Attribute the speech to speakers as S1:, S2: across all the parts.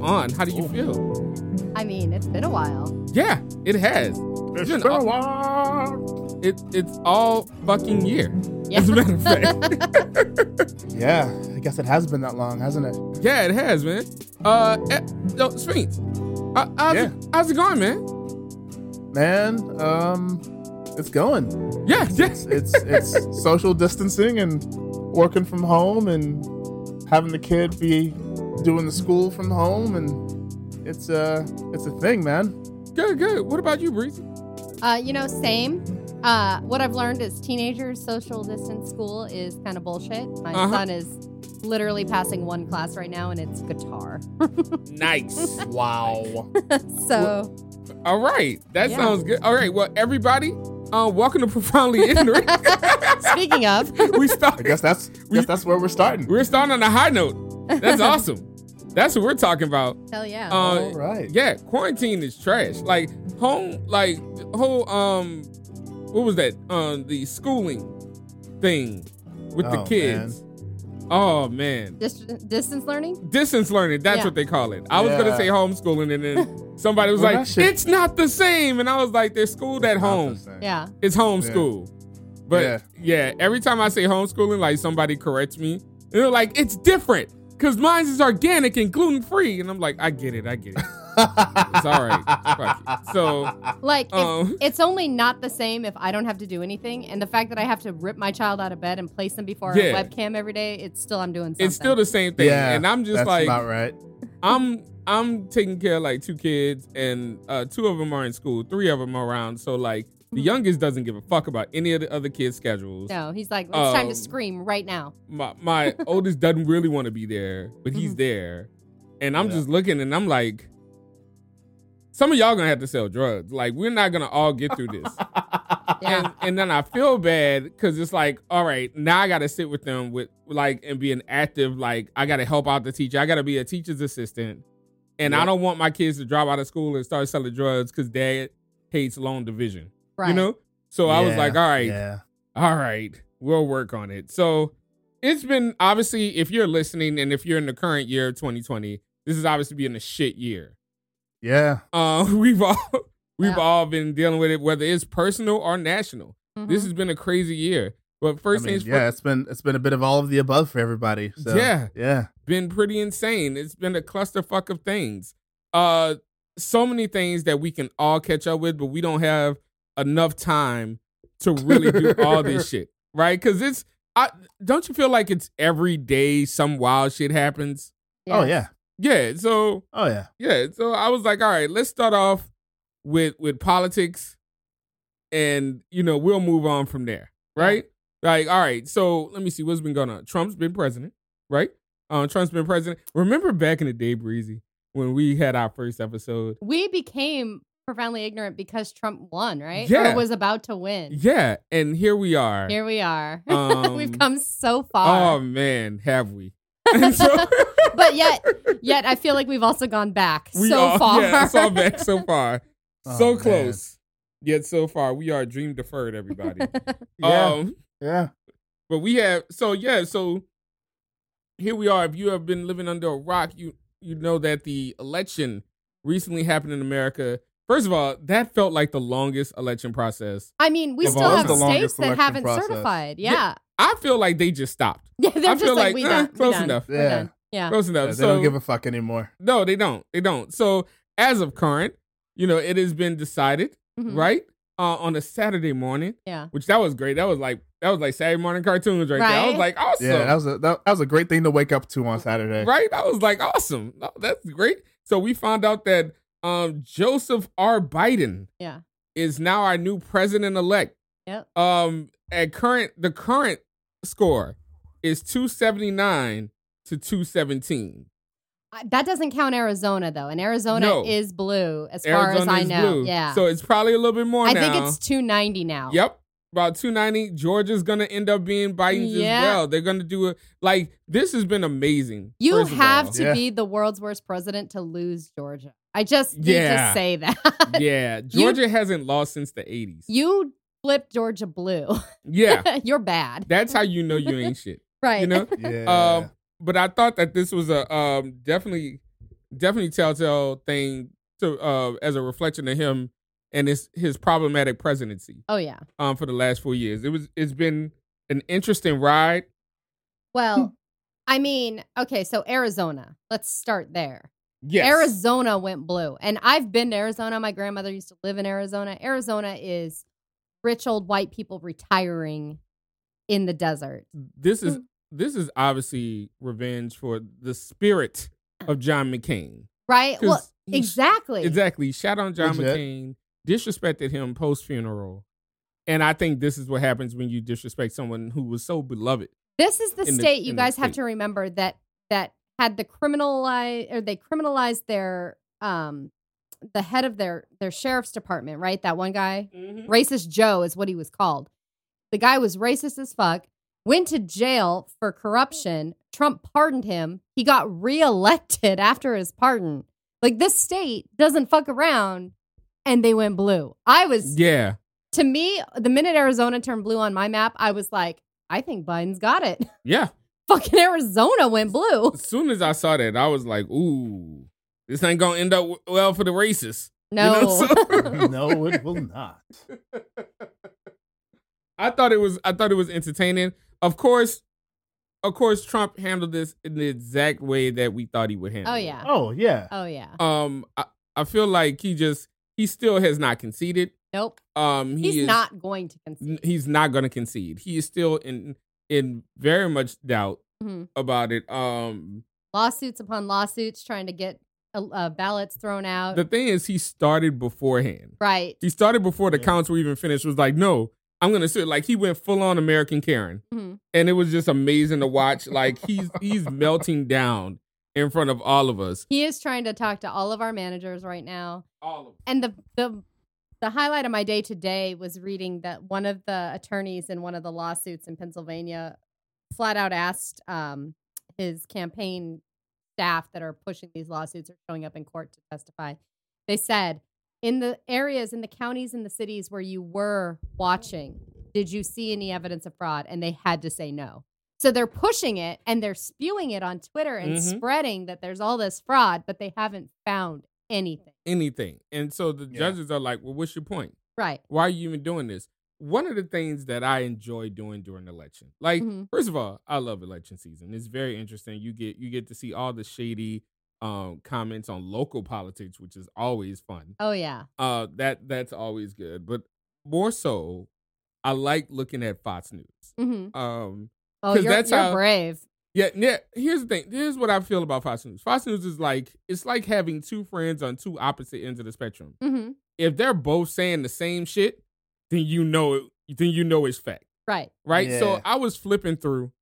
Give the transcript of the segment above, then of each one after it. S1: on, how do you feel?
S2: I mean, it's been a while.
S1: Yeah, it has.
S3: It's
S1: been
S3: been
S1: a
S3: a while.
S1: It, it's all fucking year.
S2: Yeah.
S1: As a matter of fact.
S3: Yeah, I guess it has been that long, hasn't it?
S1: yeah, it has, man. Uh, eh, yo, Sphinx, uh, how's,
S3: Yeah.
S1: it, how's it going, man?
S3: Man, um, it's going.
S1: Yeah, yes.
S3: It's it's social distancing and working from home and having the kid be doing the school from home and it's uh it's a thing, man.
S1: Good, good. What about you, Breezy?
S2: Uh, you know, same. Uh, what I've learned is teenagers social distance school is kind of bullshit. My
S1: Uh-huh.
S2: son is literally passing one class right now, and it's guitar.
S1: Nice.
S3: Wow.
S2: so
S1: All right, that
S2: Yeah.
S1: sounds good. All right, well, everybody, um, welcome to Profoundly Ignorant.
S2: speaking of,
S1: we
S3: I
S1: started.
S3: guess that's guess that's where we're starting.
S1: We're starting on a high note. That's awesome. That's what we're talking about.
S2: hell yeah,
S1: Uh,
S3: All right.
S1: Yeah, quarantine is trash. Like home, like the whole um, what was that? Um, the schooling thing with the
S3: Oh,
S1: kids. Oh man,
S2: Dis- distance learning.
S1: distance learning. That's
S2: Yeah.
S1: what they call it. I was gonna
S3: Yeah.
S1: say homeschooling, and then somebody was
S3: Well,
S1: like,
S3: that shit-
S1: "It's not the same," and I was like, "They're schooled at home."
S2: Yeah,
S1: It's homeschool. But yeah.
S3: Yeah.
S1: every time I say homeschooling, like somebody corrects me. And they're like, it's different. Cause mine is organic and gluten free. And I'm like, I get it, I get it. it's all right. Fuck it. So
S2: like if-
S1: um,
S2: it's only not the same if I don't have to do anything, and the fact that I have to rip my child out of bed and place them before a
S1: Yeah.
S2: webcam every day, it's still I'm doing something.
S1: it's still the same thing.
S3: Yeah,
S1: and I'm just
S3: that's
S1: like
S3: about right.
S1: I'm I'm taking care of like two kids and uh two of them are in school, three of them are around. So like the youngest doesn't give a fuck about any of the other kids' schedules.
S2: no. He's like, it's time
S1: Um,
S2: to scream right now.
S1: my my oldest doesn't really want to be there, but
S2: Mm-hmm.
S1: he's there, and I'm
S3: Yeah.
S1: just looking and I'm like, some of y'all gonna have to sell drugs. Like we're not gonna all get through this.
S2: Yeah.
S1: and, and then I feel bad because it's like, all right, now I gotta sit with them with like and be an active. Like I gotta help out the teacher. I gotta be a teacher's assistant, and I
S3: Yeah.
S1: don't want my kids to drop out of school and start selling drugs because dad hates long division.
S2: Right.
S1: You know. So I was
S3: Yeah,
S1: like, all right,
S3: Yeah.
S1: all right, we'll work on it. So it's been obviously, if you're listening and if you're in the current year of 2020, this is obviously being a shit year.
S3: Yeah.
S1: Uh, we've all we've
S2: Yeah.
S1: all been dealing with it, whether it's personal or national.
S2: Mhm.
S1: This has been a crazy year. But first
S3: Mm-hmm. I mean,
S1: things
S3: yeah, it's been it's been a bit of all of the above for everybody. So
S1: Yeah.
S3: yeah,
S1: been pretty insane. It's been a clusterfuck of things. Uh so many things that we can all catch up with, but we don't have enough time to really do all this shit. Right? Cause it's I don't you feel like it's every day some wild shit happens?
S3: Oh yeah.
S1: Yeah. So
S3: Oh yeah.
S1: yeah. So I was like, all right, let's start off with with politics and you know, we'll move on from there. Right? Like, all right, so let me see what's been going on. Trump's been president, right? Um, Trump's been president. Remember back in the day, Breezy, when we had our first episode?
S2: we became profoundly ignorant because Trump won, right?
S1: Yeah.
S2: Or was about to win.
S1: Yeah, and here we are.
S2: Here we are. We've
S1: Um,
S2: come so
S1: Oh
S2: far.
S1: man, have we? And so
S2: but yet yet I feel like we've also gone back
S1: we
S2: so
S1: are
S2: far.
S1: yeah, so back so far.
S3: Oh,
S1: so
S3: man.
S1: close. Yet so far, we are dream deferred, everybody.
S3: Yeah.
S1: Um
S3: yeah.
S1: But we have so yeah, so here we are. If you have been living under a rock, you you know that the election recently happened in America. First of all, that felt like the longest election process.
S2: I mean, we
S1: Of
S2: still
S1: all
S2: have
S1: the
S2: states
S3: longest
S2: that
S3: election
S2: haven't
S3: process.
S2: certified.
S1: Yeah.
S2: Yeah.
S1: I feel like they just stopped.
S2: Yeah, they're
S1: I
S2: just
S1: feel
S2: like,
S1: like,
S2: we
S1: eh,
S2: done. we
S1: close
S2: done.
S1: enough.
S2: We
S3: Yeah.
S2: done. Yeah.
S1: Close
S3: Yeah,
S1: enough.
S3: they
S1: so
S3: don't give a fuck anymore.
S1: no, they don't. They don't. So as of current, you know, it has been decided,
S2: Mhm.
S1: right? Uh, on a Saturday morning,
S2: Yeah.
S1: which that was great. That was like that was like Saturday morning cartoons right, there. I was
S2: Right.
S1: like, awesome.
S3: Yeah, that was a that, that was a great thing to wake up to on Saturday.
S1: right? I was like, awesome. No, that's great. So we found out that um, Joseph R. Biden
S2: Yeah.
S1: is now our new president elect.
S2: Yep.
S1: Um, at current the current score is two seventy nine to two seventeen.
S2: I- That doesn't count Arizona though, and Arizona
S1: No.
S2: is blue as far as I
S1: is
S2: know.
S1: blue,
S2: Yeah,
S1: So it's probably a little bit more
S2: I
S1: now.
S2: think it's two ninety now.
S1: Yep. About 290. Georgia's going to end up being Biden's
S2: Yeah.
S1: as well. They're going to do it. Like, this has been amazing.
S2: You
S1: first of
S2: have
S1: all.
S2: to
S3: Yeah.
S2: be the world's worst president to lose Georgia. I just need
S1: Yeah.
S2: to say that.
S1: Yeah. Georgia hasn't lost since the 80s.
S2: You flipped Georgia blue.
S1: yeah.
S2: You're bad.
S1: That's how you know you ain't shit.
S2: Right.
S1: You know?
S3: Yeah.
S1: Um, but I thought that this was a um definitely definitely telltale thing to uh, as a reflection of him and his his problematic presidency
S2: Oh yeah.
S1: um for the last four years. It was it's been an interesting ride. Hmm.
S2: Well, I mean, okay, so Arizona. Let's start there.
S1: Yes,
S2: Arizona went blue. And I've been to Arizona. My grandmother used to live in Arizona. Arizona is rich old white people retiring in the desert.
S1: this
S2: Hmm.
S1: is this is obviously revenge for the spirit of John McCain.
S2: Right? Well,
S1: 'Cause he-
S2: exactly.
S1: Exactly. He Shot on John
S3: Legit.
S1: McCain, disrespected him post funeral. And I think this is what happens when you disrespect someone who was so beloved.
S2: This is the
S1: in the-
S2: state you
S1: in the
S2: guys have
S1: state.
S2: to remember that that had the criminalize or they criminalized their um the head of their their sheriff's department, right? That one guy Racist Joe is what he was called. The guy was racist as fuck, went to jail for corruption. Trump pardoned him. He got reelected after his pardon. Like this state doesn't fuck around and they went blue. I was
S1: Yeah.
S2: to me, the minute Arizona turned blue on my map, I was like, I think Biden's got it.
S1: Yeah.
S2: Fucking Arizona went blue.
S1: As soon as I saw that, I was like, ooh, this ain't going to end up w- well for the racists. You know,
S2: No.
S1: so-
S3: no, it will not.
S1: I thought it was I thought it was entertaining. Of course, of course Trump handled this in the exact way that we thought he would handle.
S2: oh
S1: it.
S2: yeah.
S3: Oh yeah.
S2: Oh yeah.
S1: Um I, I feel like he just he still has not conceded.
S2: Nope.
S1: Um he
S2: He's
S1: is,
S2: not going to concede.
S1: n- he's not going to concede. He is still in in very much doubt
S2: Mhm.
S1: about it. Um,
S2: Lawsuits upon lawsuits trying to get uh, uh, ballots thrown out.
S1: the thing is, he started beforehand.
S2: right.
S1: He started before the
S3: Yeah.
S1: counts were even finished. Was like, no, I'm going to sit. Like he went full on American Karen,
S2: Mhm.
S1: and it was just amazing to watch. Like he's he's melting down in front of all of us.
S2: He is trying to talk to all of our managers right now.
S1: All of
S2: And the the the highlight of my day today was reading that one of the attorneys in one of the lawsuits in Pennsylvania flat out asked um, his campaign staff that are pushing these lawsuits or showing up in court to testify. They said, in the areas, in the counties, in the cities where you were watching, did you see any evidence of fraud? And they had to say no. So they're pushing it and they're spewing it on Twitter and
S1: Mhm.
S2: spreading that there's all this fraud, but they haven't found anything.
S1: anything. And so the
S3: Yeah.
S1: judges are like, well, what's your point?
S2: Right.
S1: why are you even doing this? One of the things that I enjoy doing during election, like
S2: Mhm.
S1: first of all, I love election season. It's very interesting. You get you get to see all the shady um, comments on local politics, which is always fun.
S2: Oh, yeah.
S1: Uh, that that's always good. But more so, I like looking at Fox News.
S2: hmm
S1: Um,
S2: Oh,
S1: 'Cause
S2: you're,
S1: that's
S2: you're
S1: how-
S2: brave.
S1: yeah, yeah. Here's the thing. Here's what I feel about Fox News. Fox News is like it's like having two friends on two opposite ends of the spectrum.
S2: hmm
S1: If they're both saying the same shit, then you know it. Then you know it's fact.
S2: Right.
S1: right? So
S3: Yeah.
S1: I was flipping through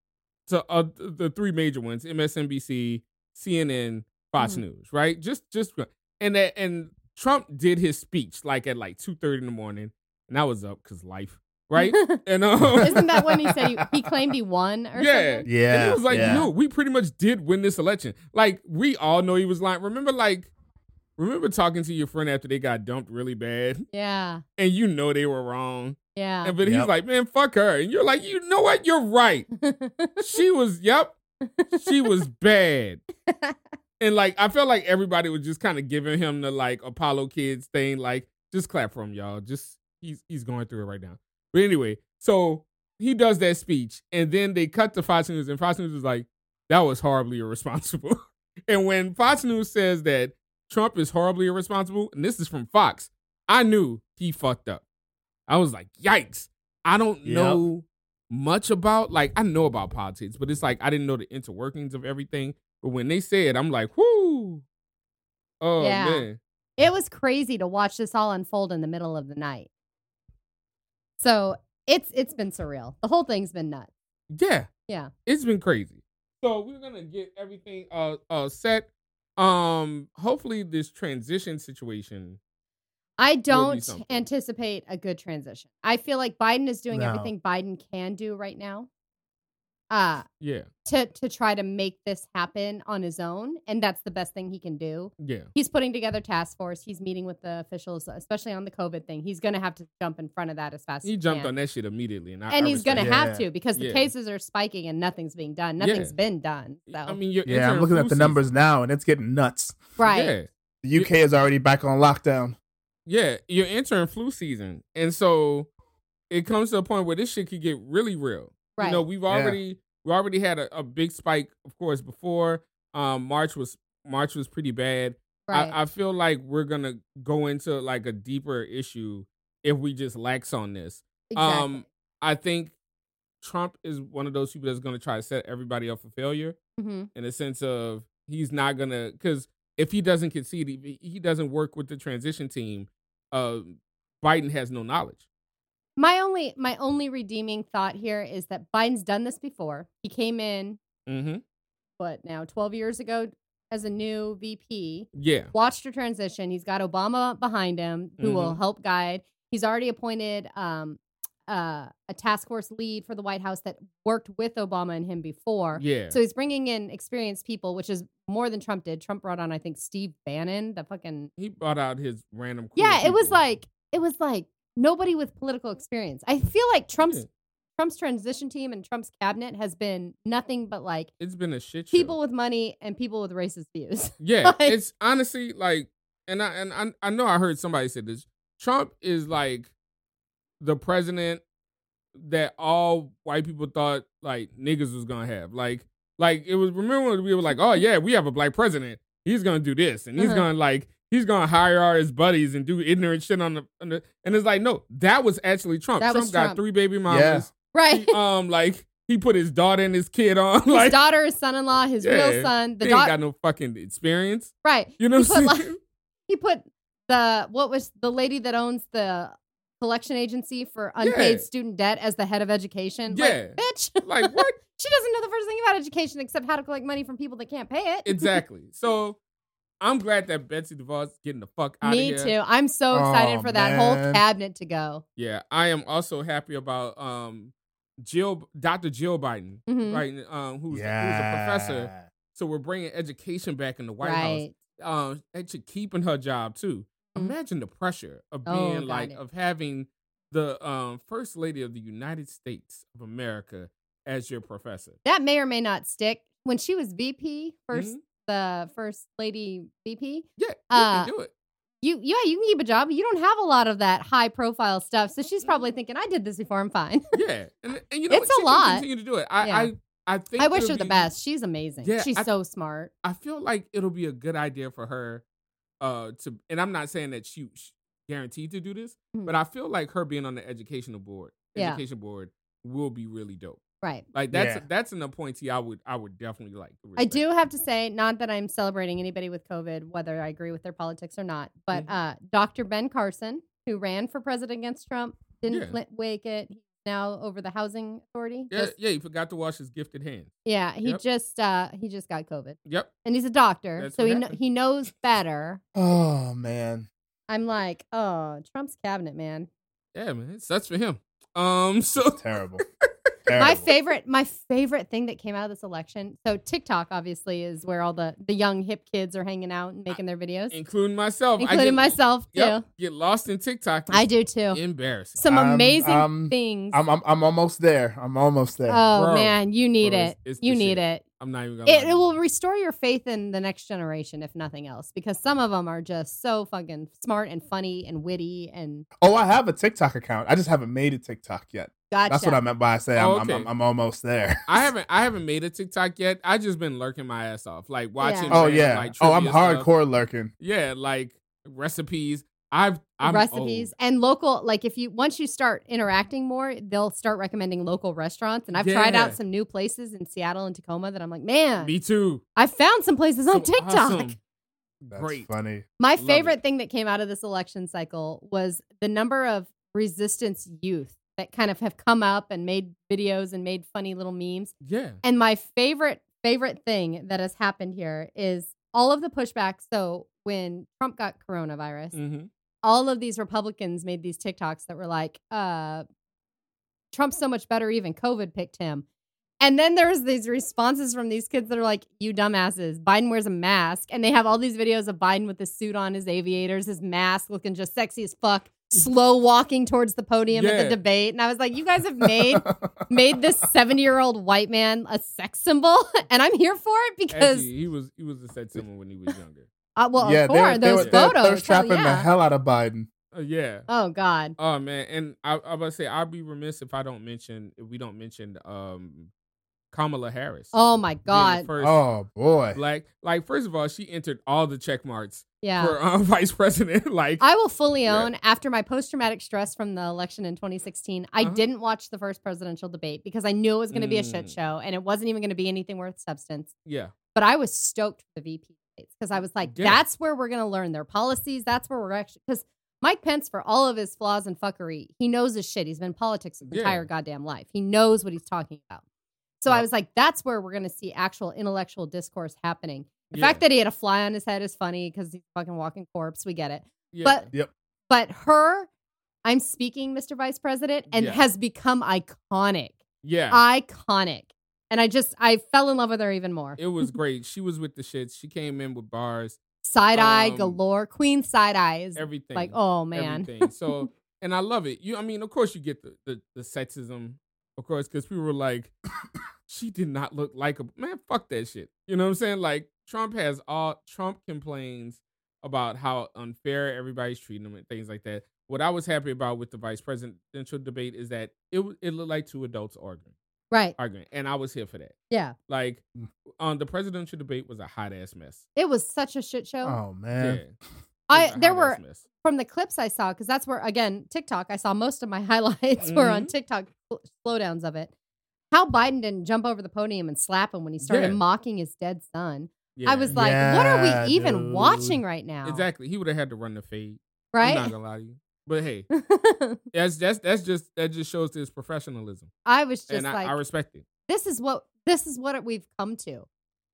S1: to uh, th- the three major ones: MSNBC, CNN, Fox
S2: Mhm.
S1: News, right? Just just and that and Trump did his speech like at like two thirty in the morning, and I was up because life, right? and um,
S2: Isn't that when he said he, he claimed he won or
S1: Yeah.
S2: something?
S1: and
S3: Yeah.
S1: he was like,
S3: yeah.
S1: "No, we pretty much did win this election. Like we all know he was lying. Remember, like." Remember talking to your friend after they got dumped really bad
S2: Yeah.
S1: and you know they were wrong.
S2: Yeah.
S1: And but he's
S3: Yep.
S1: like, man, fuck her. And you're like, you know what? You're right. she was yep she was bad and like i felt like everybody was just kind of giving him the like apollo kids thing like just clap for him y'all just he's he's going through it right now but anyway so he does that speech and then they cut to fox news and fox news was like that was horribly irresponsible and when fox news says that trump is horribly irresponsible and this is from fox i knew he fucked up i was like yikes i don't
S3: Yep.
S1: know much about like I know about politics, but it's like I didn't know the interworkings of everything. But when they said, I'm like, whoo. Oh
S2: Yeah.
S1: man.
S2: it was crazy to watch this all unfold in the middle of the night. So it's it's been surreal. The whole thing's been nuts.
S1: Yeah.
S2: Yeah.
S1: It's been crazy. So we're gonna get everything uh uh set. Um hopefully this transition situation
S2: I
S1: be
S2: don't
S1: something.
S2: anticipate a good transition. I feel like Biden is doing
S3: No.
S2: everything Biden can do right now. uh,
S1: Yeah.
S2: to to try to make this happen on his own, and that's the best thing he can do.
S1: Yeah.
S2: He's putting together task force. He's meeting with the officials, especially on the COVID thing. He's going to have to jump in front of that as fast as
S1: He jumped
S2: can.
S1: on that shit immediately, and I,
S2: and
S1: I
S2: he's
S1: respect
S2: going to
S3: it.
S2: have
S3: Yeah.
S2: to because the
S1: Yeah.
S2: cases are spiking and nothing's being done.
S1: Yeah.
S2: Nothing's been done. So
S1: I mean, your
S3: Yeah, I'm
S1: interim
S3: looking
S1: flu
S3: at the
S1: season-
S3: numbers now, and it's getting nuts.
S2: right,
S1: Yeah,
S3: The UK is already back on lockdown.
S1: yeah, you're entering flu season, and so it comes to a point where this shit could get really real.
S2: right.
S1: You know, we've already we already had a, a big spike, of course, before. Um, March was March was pretty bad.
S2: right.
S1: I, I feel like we're gonna go into like a deeper issue if we just lax on this.
S2: exactly.
S1: Um, I think Trump is one of those people that's gonna try to set everybody up for failure.
S2: hmm
S1: in the sense of he's not gonna because if he doesn't concede, if he he doesn't work with the transition team. Uh, Biden has no knowledge.
S2: My only my only redeeming thought here is that Biden's done this before. He came in
S1: Mm-hmm.
S2: what now 12 years ago as a new VP.
S1: Yeah,
S2: watched her transition. He's got Obama behind him, who will
S1: Mm-hmm.
S2: help guide. He's already appointed um, uh, a task force lead for the White House that worked with Obama and him before.
S1: yeah,
S2: So he's bringing in experienced people, which is more than Trump did. Trump brought on, I think, Steve Bannon, the fucking
S1: he brought out his random. cool
S2: yeah. It was
S1: people.
S2: like it was like nobody with political experience. I feel like Trump's
S1: Yeah.
S2: Trump's transition team and Trump's cabinet has been nothing but like
S1: it's been a shit show.
S2: people with money and people with racist views.
S1: Yeah,
S2: Like-
S1: it's honestly like, and I and I, I know I heard somebody say this. Trump is like the president that all white people thought like niggas was gonna have. Like, like it was. Remember when we were like, oh yeah, we have a black president. He's gonna do this, and he's
S2: Uh-huh.
S1: gonna like he's gonna hire all his buddies and do ignorant shit on the, on the and it's like no, that was actually Trump.
S2: That
S1: Trump
S2: was
S1: got
S2: Trump.
S1: three baby mamas.
S3: Yeah.
S2: right.
S1: He, um, like he put his daughter and his kid on.
S2: His
S1: like
S2: daughter, his son-in-law, his
S1: Yeah.
S2: real son, the
S1: they ain't
S2: daughter.
S1: got no fucking experience.
S2: right.
S1: You know
S2: He
S1: what I'm
S2: put,
S1: saying?
S2: like, he put the what was the lady that owns the collection agency for unpaid
S1: Yeah.
S2: student debt as the head of education.
S1: Yeah.
S2: Like, bitch.
S1: like what
S2: she doesn't know the first thing about education except how to collect money from people that can't pay it.
S1: exactly? So I'm glad that Betsy DeVos getting the fuck out
S2: Me
S1: of here.
S2: too. I'm so excited
S3: Aw,
S2: for that whole
S3: man.
S2: cabinet to go.
S1: Yeah, I am also happy about um Jill, Dr. Jill Biden,
S2: Mhm.
S1: right? Um, who's who's a professor. So we're bringing education back in the White
S2: right.
S1: House. Um, and she keeping her job too.
S2: Mhm.
S1: Imagine the pressure of
S2: Oh,
S1: being
S2: got
S1: like
S2: it.
S1: of having the um first lady of the United States of America as your professor.
S2: That may or may not stick. When she was VP, 1st
S1: Mhm.
S2: the first lady VP,
S1: Yeah, you
S2: Uh,
S1: can do it.
S2: you yeah, you can keep a job. You don't have a lot of that high profile stuff. So she's
S1: Mm-hmm.
S2: probably thinking, I did this before, I'm fine.
S1: Yeah, and, and you know what? She
S2: It's a
S1: can
S2: lot.
S1: Continue to do it. I
S2: Yeah.
S1: I, I think
S2: I wish
S1: it'll
S2: her the
S1: be-
S2: best. She's amazing.
S1: Yeah,
S2: She's
S1: I-
S2: so smart.
S1: I feel like it'll be a good idea for her uh to and I'm not saying that she, she guaranteed to do this,
S2: Mhm.
S1: but I feel like her being on the educational board,
S2: Yeah.
S1: education board will be really dope.
S2: Right.
S1: Like that's
S3: Yeah.
S1: that's an appointee I would I would definitely like. to
S2: I
S1: respect.
S2: do have to say, not that I'm celebrating anybody with COVID, whether I agree with their politics or not, but
S1: Mhm.
S2: uh, Dr. Ben Carson, who ran for president against Trump, didn't
S1: Yeah.
S2: fl- wake it. He's now over the housing authority.
S1: Yeah,
S2: Just-
S1: yeah, he forgot to wash his gifted hands.
S2: yeah. He
S1: Yep.
S2: just uh, he just got COVID,
S1: Yep.
S2: and he's a doctor,
S1: That's
S2: so
S1: what
S2: he kn-
S1: happened.
S2: he knows better.
S3: Oh man.
S2: I'm like, oh, Trump's cabinet, man.
S1: Yeah, man. It sucks for him. Um so
S3: Terrible.
S2: my
S3: Terrible.
S2: favorite my favorite thing that came out of this election so tiktok obviously is where all the the young hip kids are hanging out and making their videos
S1: including myself. um, I get-
S2: including myself too
S1: Yep, Um, get lost in TikTok.
S2: i do too
S1: Embarrassing.
S2: some
S3: I'm-
S2: amazing
S3: I'm-
S2: things
S3: I'm, I'm I'm almost there. I'm almost there.
S2: oh
S1: Bro,
S2: man you need
S1: bro,
S2: it
S1: it's- it's
S2: you
S1: the
S2: need
S1: shit.
S2: it
S1: I'm not even gonna
S2: it,
S1: lie.
S2: it will restore your faith in the next generation if nothing else because some of them are just so fucking smart and funny and witty and
S3: oh, I have a TikTok account. I just haven't made a TikTok yet.
S2: gotcha
S3: That's what I meant by I say I'm,
S1: Oh,
S3: I'm,
S1: okay.
S3: I'm I'm almost there.
S1: I haven't I haven't made a TikTok yet. I just been lurking my ass off, like watching.
S2: Yeah.
S3: Oh
S1: random,
S3: yeah.
S1: like,
S3: oh, I'm
S1: trivia stuff.
S3: hardcore lurking.
S1: Yeah, like recipes. I've I'm
S2: recipes
S1: Old.
S2: and local like if you once you start interacting more they'll start recommending local restaurants and i've tried out
S1: Yeah.
S2: some new places in seattle and tacoma that i'm like man
S1: Me too.
S2: i found some places uh, on
S1: So
S2: tiktok
S1: awesome.
S3: That's
S1: Great.
S3: funny.
S2: my
S1: Love
S2: favorite
S1: it.
S2: thing that came out of this election cycle was the number of resistance youth that kind of have come up and made videos and made funny little memes
S1: Yeah.
S2: and my favorite favorite thing that has happened here is all of the pushback so when trump got coronavirus
S1: Mm-hmm.
S2: all of these Republicans made these TikToks that were like, uh, Trump's so much better, even COVID picked him. And then there's these responses from these kids that are like, "You dumbasses! Biden wears a mask," and they have all these videos of Biden with his suit on, his aviators, his mask, looking just sexy as fuck, slow walking towards the podium at
S1: Yeah.
S2: the debate. And I was like, "You guys have made made this seventy year old white man a sex symbol, and I'm here for it because,
S1: Actually, he was he was a sex symbol when he was younger.
S2: uh, well,
S3: yeah,
S2: of course,
S3: they, they,
S2: those
S3: were- they were
S2: photos.
S3: thirst trapping
S2: hell
S3: the
S2: yeah.
S3: hell out of Biden.
S1: Uh, yeah.
S2: Oh God,
S1: Oh man, and I, I was about to say I'd be remiss if I don't mention if we don't mention um Kamala Harris.
S2: oh my
S1: being the
S2: God,
S1: first
S3: Oh boy,
S1: black. Like first of all, she entered all the check marks
S2: yeah."
S1: for um, vice president. like
S2: I will fully
S1: Yeah.
S2: own after my post traumatic stress from the election in 2016, I
S1: Uh-huh.
S2: didn't watch the first presidential debate because I knew it was going to be a shit
S1: Mm.
S2: show and it wasn't even going to be anything worth substance.
S1: yeah,
S2: But I was stoked for the VP debates because I was like,
S1: Yeah.
S2: that's where we're going to learn their policies. That's where we're actually because Mike Pence, for all of his flaws and fuckery, he knows his shit. He's been in politics his
S1: Yeah.
S2: entire goddamn life. He knows what he's talking about. So I
S1: Yep.
S2: was like, that's where we're going to see actual intellectual discourse happening. The
S1: yeah,
S2: fact that he had a fly on his head is funny because he's a fucking walking corpse. We get it
S1: yeah.
S2: but
S3: Yep.
S2: but her i'm speaking mr vice president and
S1: Yeah.
S2: has become iconic
S1: yeah,
S2: uh, iconic and i just i fell in love with her even more
S1: it was great. She was with the shits. She came in with bars,
S2: side eye
S1: um,
S2: galore queen side eye is
S1: everything.
S2: like oh man
S1: everything. So, and I love it. You, I mean, of course, you get the the, the sexism, of course, because people were like, she did not look like a man. Fuck that shit. You know what I'm saying? Like Trump has all Trump complains about how unfair everybody's treating him and things like that. What I was happy about with the vice presidential debate is that it w- it looked like two adults arguing,
S2: right
S1: arguing, and I was here for that.
S2: yeah
S1: Like,
S3: Mm.
S1: um, the presidential debate was a hot ass mess.
S2: it was such a shit show
S3: oh
S1: Yeah,
S3: man,
S1: it
S2: i
S1: was a
S2: there were
S1: hot-ass mess.
S2: from the clips I saw, because that's where again TikTok. I saw most of my highlights were
S1: Mm-hmm.
S2: on TikTok sl- slowdowns of it. How Biden didn't jump over the podium and slap him when he started
S1: Yeah.
S2: mocking his dead son.
S1: Yeah.
S2: I was like, what are
S3: Yeah,
S2: we even
S3: dude.
S2: watching right now?
S1: exactly. He would have had to run the fade. I'm not
S2: Right?
S1: gonna lie to you. But hey, that's that's that's just that just shows his professionalism,
S2: I was just
S1: and I,
S2: like,
S1: I respect it.
S2: this is what this is what we've come to.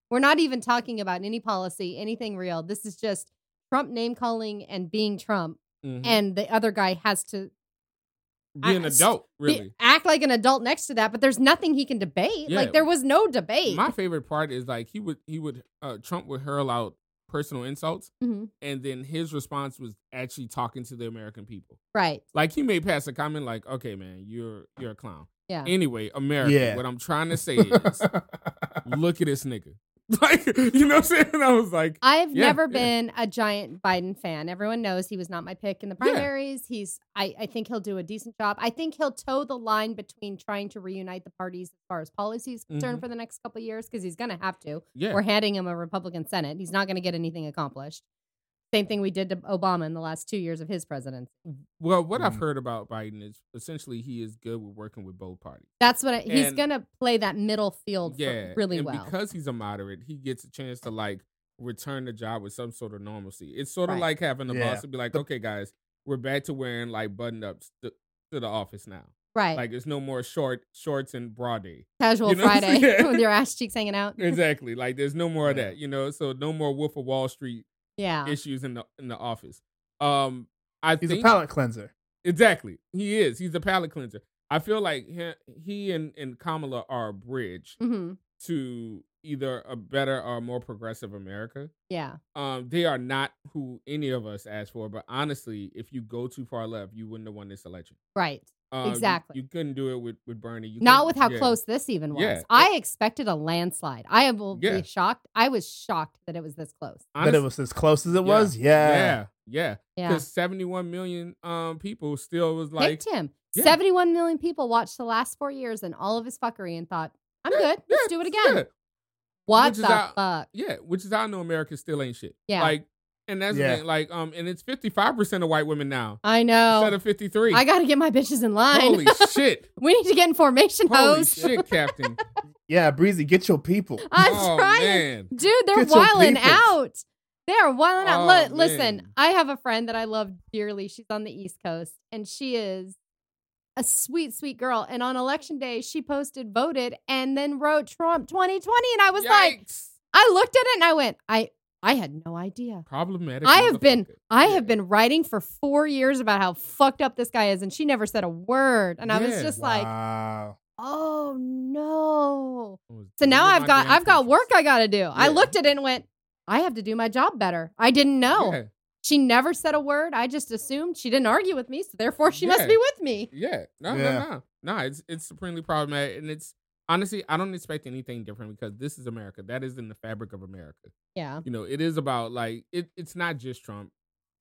S2: We're not even talking about any policy, anything real. This is just Trump name calling and being Trump,
S1: Mhm.
S2: and the other guy has to
S1: Be an
S2: I-
S1: adult,
S2: be-
S1: really.
S2: act like an adult next to that, but there's nothing he can debate.
S1: Yeah.
S2: Like there was no debate.
S1: My favorite part is like he would he would uh, Trump would hurl out personal insults,
S2: Mhm.
S1: and then his response was actually talking to the American people.
S2: Right.
S1: Like he may pass a comment like, "Okay, man, you're you're a clown."
S2: Yeah.
S1: Anyway, America.
S3: Yeah.
S1: What I'm trying to say is, look at this nigga. Like you know what I'm saying? I was like,
S2: I've
S1: Yeah,
S2: never
S1: yeah.
S2: been a giant Biden fan. Everyone knows he was not my pick in the
S1: Yeah.
S2: primaries. He's I, I think he'll do a decent job. I think he'll toe the line between trying to reunite the parties as far as policy is concerned
S1: Mhm.
S2: for the next couple of years because he's gonna have to.
S1: yeah,
S2: We're handing him a Republican Senate. He's not gonna get anything accomplished. Same thing we did to Obama in the last two years of his presidency.
S1: Well, what I've
S3: Mm.
S1: heard about Biden is essentially he is good with working with both parties.
S2: That's what I, he's
S1: And-
S2: gonna play that middle field for-
S1: Yeah,
S2: really
S1: and
S2: well.
S1: because he's a moderate, he gets a chance to like return the job with some sort of normalcy. It's sort of
S2: Right.
S1: like having a
S3: Yeah.
S1: boss to be like, okay, guys, we're back to wearing like button ups to, to the office now.
S2: right.
S1: Like it's no more short shorts and bra day.
S2: Casual
S1: you know,
S2: Friday
S1: yeah.
S2: with your ass cheeks hanging out.
S1: Exactly. like there's no more of
S3: Yeah.
S1: that. You know, so no more Wolf of Wall Street
S2: Yeah.
S1: issues in the in the office. Um, I
S3: he's a
S1: think
S3: palate cleanser.
S1: Exactly. He is. He's a palate cleanser. I feel like he, he and, and Kamala are a bridge
S2: hmm
S1: to either a better or more progressive America.
S2: Yeah.
S1: Um, they are not who any of us asked for, but honestly, if you go too far left, you wouldn't have won this election.
S2: Right.
S1: Um, you-
S2: Exactly.
S1: You, couldn't do it with, with Bernie. You
S2: Not
S1: couldn't-
S2: with how
S1: yeah.
S2: close this even was.
S1: Yeah.
S2: I expected a landslide. I will
S1: Yeah.
S2: be shocked. I was shocked that it was this close.
S3: that
S1: Honest-
S3: it was as close as it
S1: Yeah.
S3: was. Yeah.
S1: Yeah. Yeah.
S2: Yeah.
S1: Because 71 million um, people still was like,
S2: Picked him.
S1: Yeah.
S2: 71 million people watched the last four years and all of his fuckery and thought, I'm
S1: Yeah,
S2: good. Let's
S1: yeah,
S2: do it again.
S1: yeah.
S2: What
S1: Which is
S2: the
S1: how-
S2: fuck?
S1: Yeah, which is how I know America still ain't shit.
S2: Yeah.
S1: Like, and that's
S3: Yeah.
S1: the thing. Like, um, and it's fifty five percent of white women now
S2: I
S1: instead
S2: know.
S1: of fifty three.
S2: Oh, I got to get my bitches in line.
S1: Holy shit!
S2: we need to get in formation,
S1: Holy
S2: hoes.
S1: shit, Captain!
S3: Yeah, Breezy, get your people.
S2: I'm
S1: oh
S2: trying.
S1: man,
S2: Dude, they're
S3: Get your
S2: wilding
S3: peoples.
S2: out. They are wilding out.
S1: Oh,
S2: Look, listen,
S1: man.
S2: I have a friend that I love dearly. She's on the East Coast, and she is a sweet, sweet girl. And on election day, she posted, voted, and then wrote Trump 2020. And I was like,
S1: Yikes.
S2: I looked at it and I went, I, I had no idea.
S1: problematic.
S2: I have been,
S1: motherfucker.
S2: I
S1: Yeah.
S2: have been writing for four years about how fucked up this guy is, and she never said a word. And I was
S1: Yeah.
S2: just like,
S3: wow.
S2: oh no.
S1: I was
S2: So now
S1: doing Oh,
S2: I've
S1: my
S2: got
S1: damn
S2: I've got work
S1: taxes.
S2: I got to do. I
S1: Yeah.
S2: looked at it and went, I have to do my job better. I didn't know.
S1: Yeah,
S2: She never said a word. I just assumed she didn't argue with me, so therefore she
S1: Yeah.
S2: must be with me.
S1: yeah. No,
S3: Yeah.
S1: no, no, no. It's it's supremely problematic, and it's honestly I don't expect anything different because this is America. That is in the fabric of America.
S2: Yeah.
S1: you know it is about like it, it's not just trump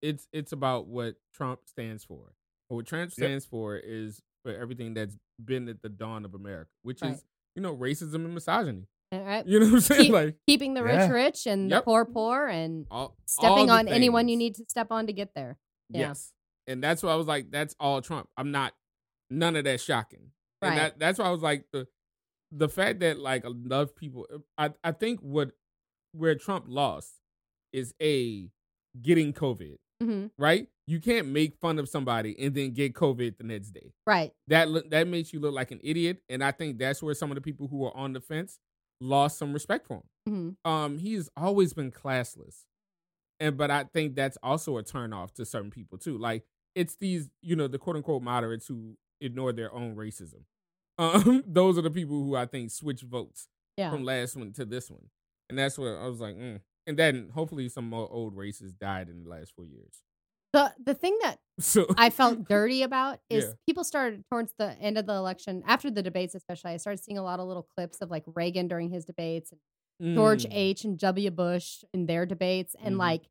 S1: it's it's about what trump stands for But what trump
S3: Yep.
S1: stands for is for everything that's been at the dawn of america which
S2: Right.
S1: is you know racism and misogyny
S2: All right.
S1: you know what i'm saying
S2: Keep-
S1: like
S2: Keeping the rich
S3: Yeah.
S2: rich and
S1: Yep.
S2: the poor poor and
S1: all, all
S2: stepping
S1: the
S2: on anyone you
S1: things.
S2: need to step on to get there. Yeah.
S1: yes and that's why i was like that's all trump i'm not none of that shocking
S2: Right.
S1: and that, that's why i was like the the fact that like a lot of people uh, i i think what where trump lost is a getting covid
S2: hmm
S1: right? You can't make fun of somebody and then get COVID the next day.
S2: Right.
S1: That lo- that makes you look like an idiot, and I think that's where some of the people who are on the fence lost some respect for him.
S2: hmm
S1: Um, he has always been classless, and but I think that's also a turnoff to certain people too. Like it's these, you know, the quote unquote moderates who ignore their own racism. Um, those are the people who I think switch votes
S2: Yeah.
S1: from last one to this one, and that's where I was like, mm. and then hopefully some more old races died in the last four years.
S2: The the thing that
S1: So
S2: I felt dirty about is
S1: Yeah.
S2: people started towards the end of the election, after the debates especially, I started seeing a lot of little clips of like Reagan during his debates and George
S1: Mm.
S2: H. and W. Bush in their debates. And
S1: Mhm.
S2: like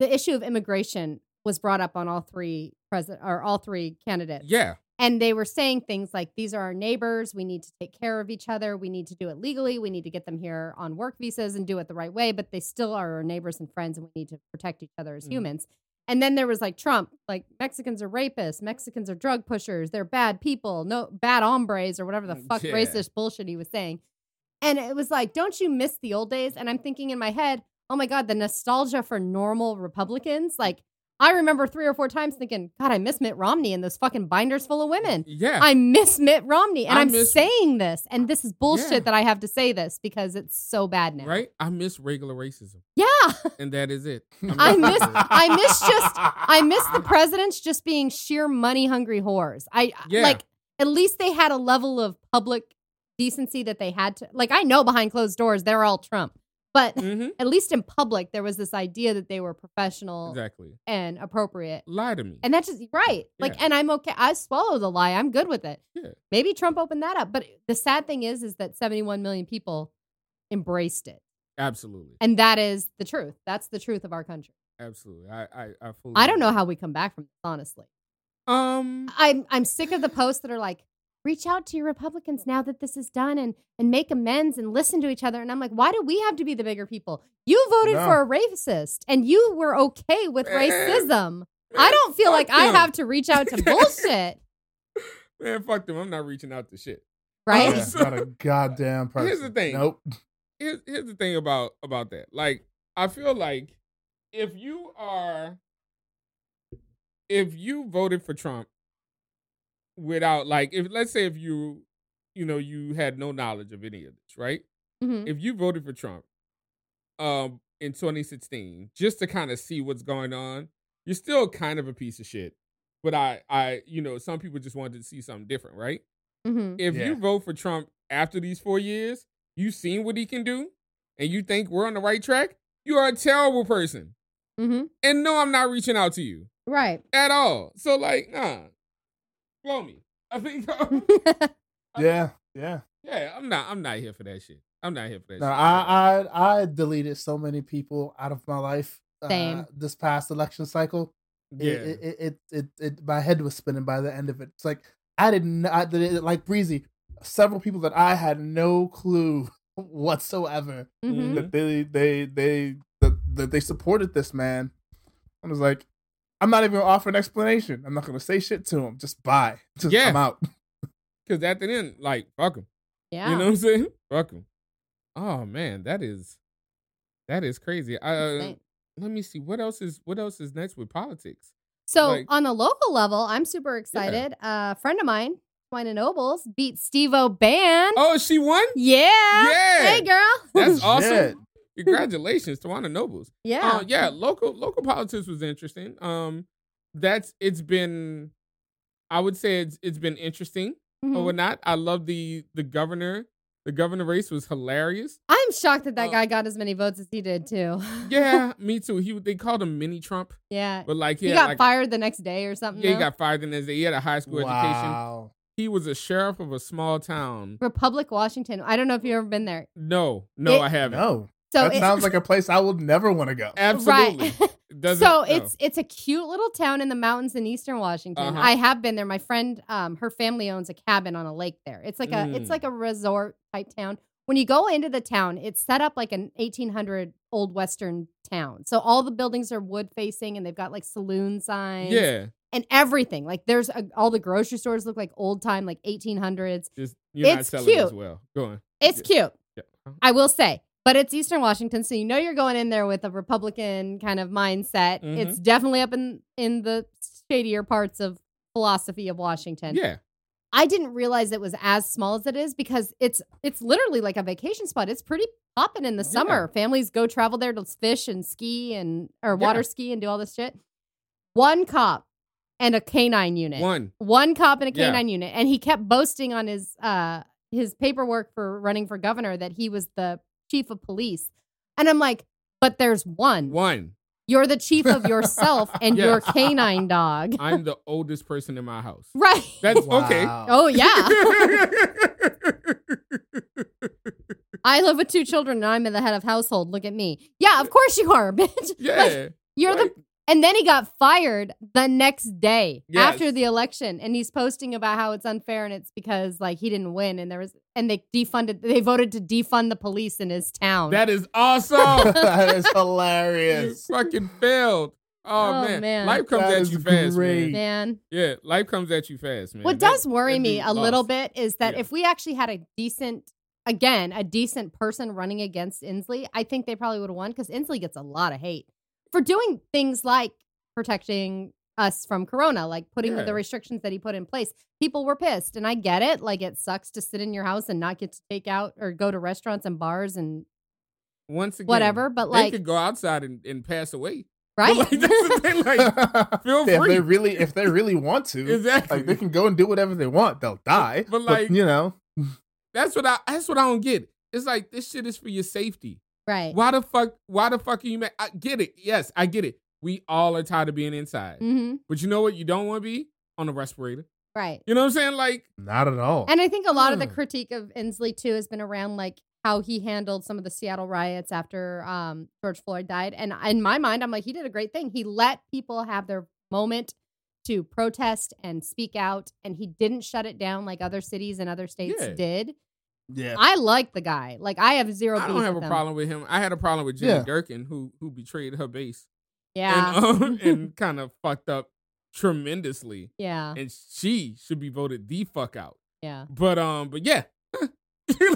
S2: the issue of immigration was brought up on all three president or all three candidates.
S1: Yeah.
S2: And they were saying things like, these are our neighbors. We need to take care of each other. We need to do it legally. We need to get them here on work visas and do it the right way. But they still are our neighbors and friends, and we need to protect each other as
S1: Mhm.
S2: humans. And then there was like Trump, like Mexicans are rapists, Mexicans are drug pushers, they're bad people, no bad hombres or whatever the fuck
S1: Yeah.
S2: racist bullshit he was saying. And it was like, don't you miss the old days? And I'm thinking in my head, oh my God, the nostalgia for normal Republicans. Like, I remember three or four times thinking, God, I miss Mitt Romney and those fucking binders full of women.
S1: Yeah.
S2: I miss Mitt Romney. And
S1: I
S2: I'm
S1: miss-
S2: saying this. And this is bullshit
S1: Yeah.
S2: that I have to say this because it's so bad now.
S1: right? I miss regular racism.
S2: Yeah.
S1: And that is it.
S2: I miss- I miss just- I miss the presidents just being sheer money hungry whores. I
S1: Yeah.
S2: like at least they had a level of public decency that they had to like I know behind closed doors they're all Trump. But
S1: Mhm.
S2: at least in public there was this idea that they were professional
S1: Exactly.
S2: and appropriate.
S1: Lie to me.
S2: And that's just right. Like,
S1: Yeah.
S2: and I'm okay. I swallow the lie. I'm good with it.
S1: Yeah.
S2: Maybe Trump opened that up. But the sad thing is, is that 71 million people embraced it.
S1: Absolutely.
S2: And that is the truth. That's the truth of our country.
S1: Absolutely. I I I, fully
S2: I don't know
S1: agree.
S2: how we come back from this, honestly.
S1: Um
S2: I'm I'm sick of the posts that are like, reach out to your Republicans now that this is done and and make amends and listen to each other. And I'm like, why do we have to be the bigger people? You voted
S3: No.
S2: for a racist and you were okay with
S1: Man.
S2: racism. I don't feel like
S1: fuck
S2: I
S1: them.
S2: have to reach out to bullshit,
S1: Man, fuck them. I'm not reaching out to shit.
S2: right?
S3: Yeah, not a goddamn person.
S1: Here's the thing.
S3: Nope.
S1: Here's, here's the thing about about that. Like I feel like if you are if you voted for Trump without like if let's say if you you know you had no knowledge of any of this, right?
S2: Mhm.
S3: Mm-hmm.
S1: if you voted for Trump um in 2016 just to kind of see what's going on, you're still kind of a piece of shit. But I I you know, some people just wanted to see something different, right?
S2: Mm-hmm.
S1: If
S3: Yeah.
S1: you vote for Trump after these 4 years, you've seen what he can do and you think we're on the right track, you are a terrible person.
S2: Mm-hmm.
S1: And no, I'm not reaching out to you
S2: Right.
S1: at all. So like, nah. Blow me. I think
S2: Mm-hmm,
S3: Yeah, yeah.
S1: Yeah, I'm not I'm not here for that shit. I'm not here for that
S3: No,
S1: shit.
S3: I, I I deleted so many people out of my life. Uh,
S2: Same.
S3: this past election cycle, It-
S1: yeah.
S3: it, it, it, it, it, my head was spinning by the end of it. It's like I didn't, I did like breezy. Several people that I had no clue whatsoever
S2: hmm
S1: Mhm.
S3: that they they they that, that they supported this man. I was like, I'm not even gonna offer an explanation. I'm not gonna say shit to him. Just buy. Just
S1: Yeah.
S3: I'm out.
S1: Cause at the end, like, fuck him.
S2: Yeah.
S1: You know what I'm saying? Fuck him. Oh man, that is that is crazy. Uh,
S2: Insane.
S1: let me see what else is what else is next with politics.
S2: so
S1: like-
S2: on a local level, I'm super excited. A friend of mine, Wine and Nobles, beat Steve O'Ban.
S1: Oh, she won.
S2: Yeah.
S1: Yeah.
S2: Hey, girl.
S1: That's awesome.
S3: Shit.
S1: Congratulations, Tawana Nobles.
S2: yeah.
S1: Uh, yeah, local local politics was interesting. Um, that's it's been, I would say it's it's been interesting. or
S2: Mhm.
S1: whatnot. I love the the governor. The governor race was hilarious.
S2: I'm shocked that that
S1: Uh,
S2: guy got as many votes as he did too.
S1: Yeah, me too. He they called him mini Trump,
S2: yeah.
S1: but like
S2: He
S1: had,
S2: got
S1: like,
S2: fired the next day or something.
S1: Yeah, he
S2: though.
S1: got fired the next day. He had a high school education.
S3: wow.
S1: He was a sheriff of a small town.
S2: Republic, Washington. I don't know if you've ever been there.
S1: No, no,
S2: It-
S1: I haven't.
S3: No,
S2: So
S3: that
S2: it-
S3: sounds like a place I would never want to go.
S1: Absolutely.
S2: Right.
S1: It doesn't- no.
S2: so it's it's a cute little town in the mountains in eastern Washington.
S1: Uh-huh.
S2: I have been there. My friend, um, her family owns a cabin on a lake there. It's like a
S1: Mm.
S2: it's like a resort type town. When you go into the town, it's set up like an 1800 old western town. So all the buildings are wood facing, and they've got like saloon signs,
S1: yeah.
S2: and everything. Like there's a, all the grocery stores look like old time, like 1800s.
S1: Just you're not
S2: It's
S1: selling
S2: cute.
S1: as well. Go on.
S2: It's cute.
S1: Yeah. Uh-huh.
S2: I will say. But it's Eastern Washington, so you know you're going in there with a Republican kind of mindset.
S1: Mhm.
S2: It's definitely up in in the shadier parts of philosophy of Washington.
S1: Yeah.
S2: I didn't realize it was as small as it is because it's it's literally like a vacation spot. It's pretty poppin' in the
S1: Yeah.
S2: summer. Families go travel there to fish and ski and or
S1: Yeah.
S2: water ski and do all this shit. One cop and a canine unit
S1: One.
S2: one cop in a
S1: Yeah.
S2: canine unit and he kept boasting on his uh his paperwork for running for governor that he was the chief of police and i'm like but there's one
S1: One.
S2: you're the chief of yourself and
S1: Yes.
S2: your canine dog
S1: I'm the oldest person in my house.
S2: right
S1: That's okay.
S2: oh yeah i live with two children and i'm the head of household look at me yeah of course you are bitch
S1: yeah.
S2: Like, You're
S1: Right.
S2: the and then he got fired the next day
S1: Yes.
S2: after the election and he's posting about how it's unfair and it's because like he didn't win and there was and they defunded they voted to defund the police in his town.
S1: that is awesome.
S3: that is
S1: you
S3: hilarious.
S1: fucking failed. Oh,
S2: Oh,
S1: man.
S2: man.
S1: Life comes
S3: That
S1: at
S3: is
S1: you fast,
S3: great.
S1: man.
S2: man.
S1: Yeah, life comes at you fast, man.
S2: what
S1: That-
S2: does worry
S1: that'd be
S2: me a
S1: lost.
S2: little bit is that
S1: Yeah.
S2: if we actually had a decent again, a decent person running against Inslee, I think they probably would have won because Inslee gets a lot of hate for doing things like protecting us from corona, like putting
S1: Yeah.
S2: the restrictions that he put in place. People were pissed, and I get it. Like it sucks to sit in your house and not get to take out or go to restaurants and bars and
S1: Once again,
S2: whatever. But like,
S1: they could go outside and, and pass away.
S2: right?
S1: Like, that's the thing. Like, feel
S3: if
S1: free.
S3: they really, if they really want to,
S1: exactly.
S3: like they can go and do whatever they want. They'll die.
S1: But, like-
S3: you know,
S1: That's what I. That's what I don't get. It's like this shit is for your safety.
S2: right.
S1: Why the fuck? Why the fuck are you? Ma- I get it. Yes, I get it. We all are tired of being inside.
S2: hmm
S1: But you know what? You don't want to be on a respirator.
S2: Right.
S1: You know what I'm saying? Like,
S3: not at all.
S2: And I think a lot of the
S1: Hmm.
S2: critique of Inslee too has been around like how he handled some of the Seattle riots after um, George Floyd died. And in my mind, I'm like, he did a great thing. He let people have their moment to protest and speak out, and he didn't shut it down like other cities and other states
S1: Yeah.
S2: did.
S3: yeah,
S2: I like the guy. Like I have zero.
S1: I
S2: beef
S1: don't have a
S2: with him.
S1: problem with him. I had a problem with Jimmy
S3: Yeah.
S1: Durkin, who who betrayed her base
S2: Yeah.
S1: and um, and kind of fucked up tremendously.
S2: yeah.
S1: And she should be voted the fuck out.
S2: Yeah.
S1: But um, but yeah,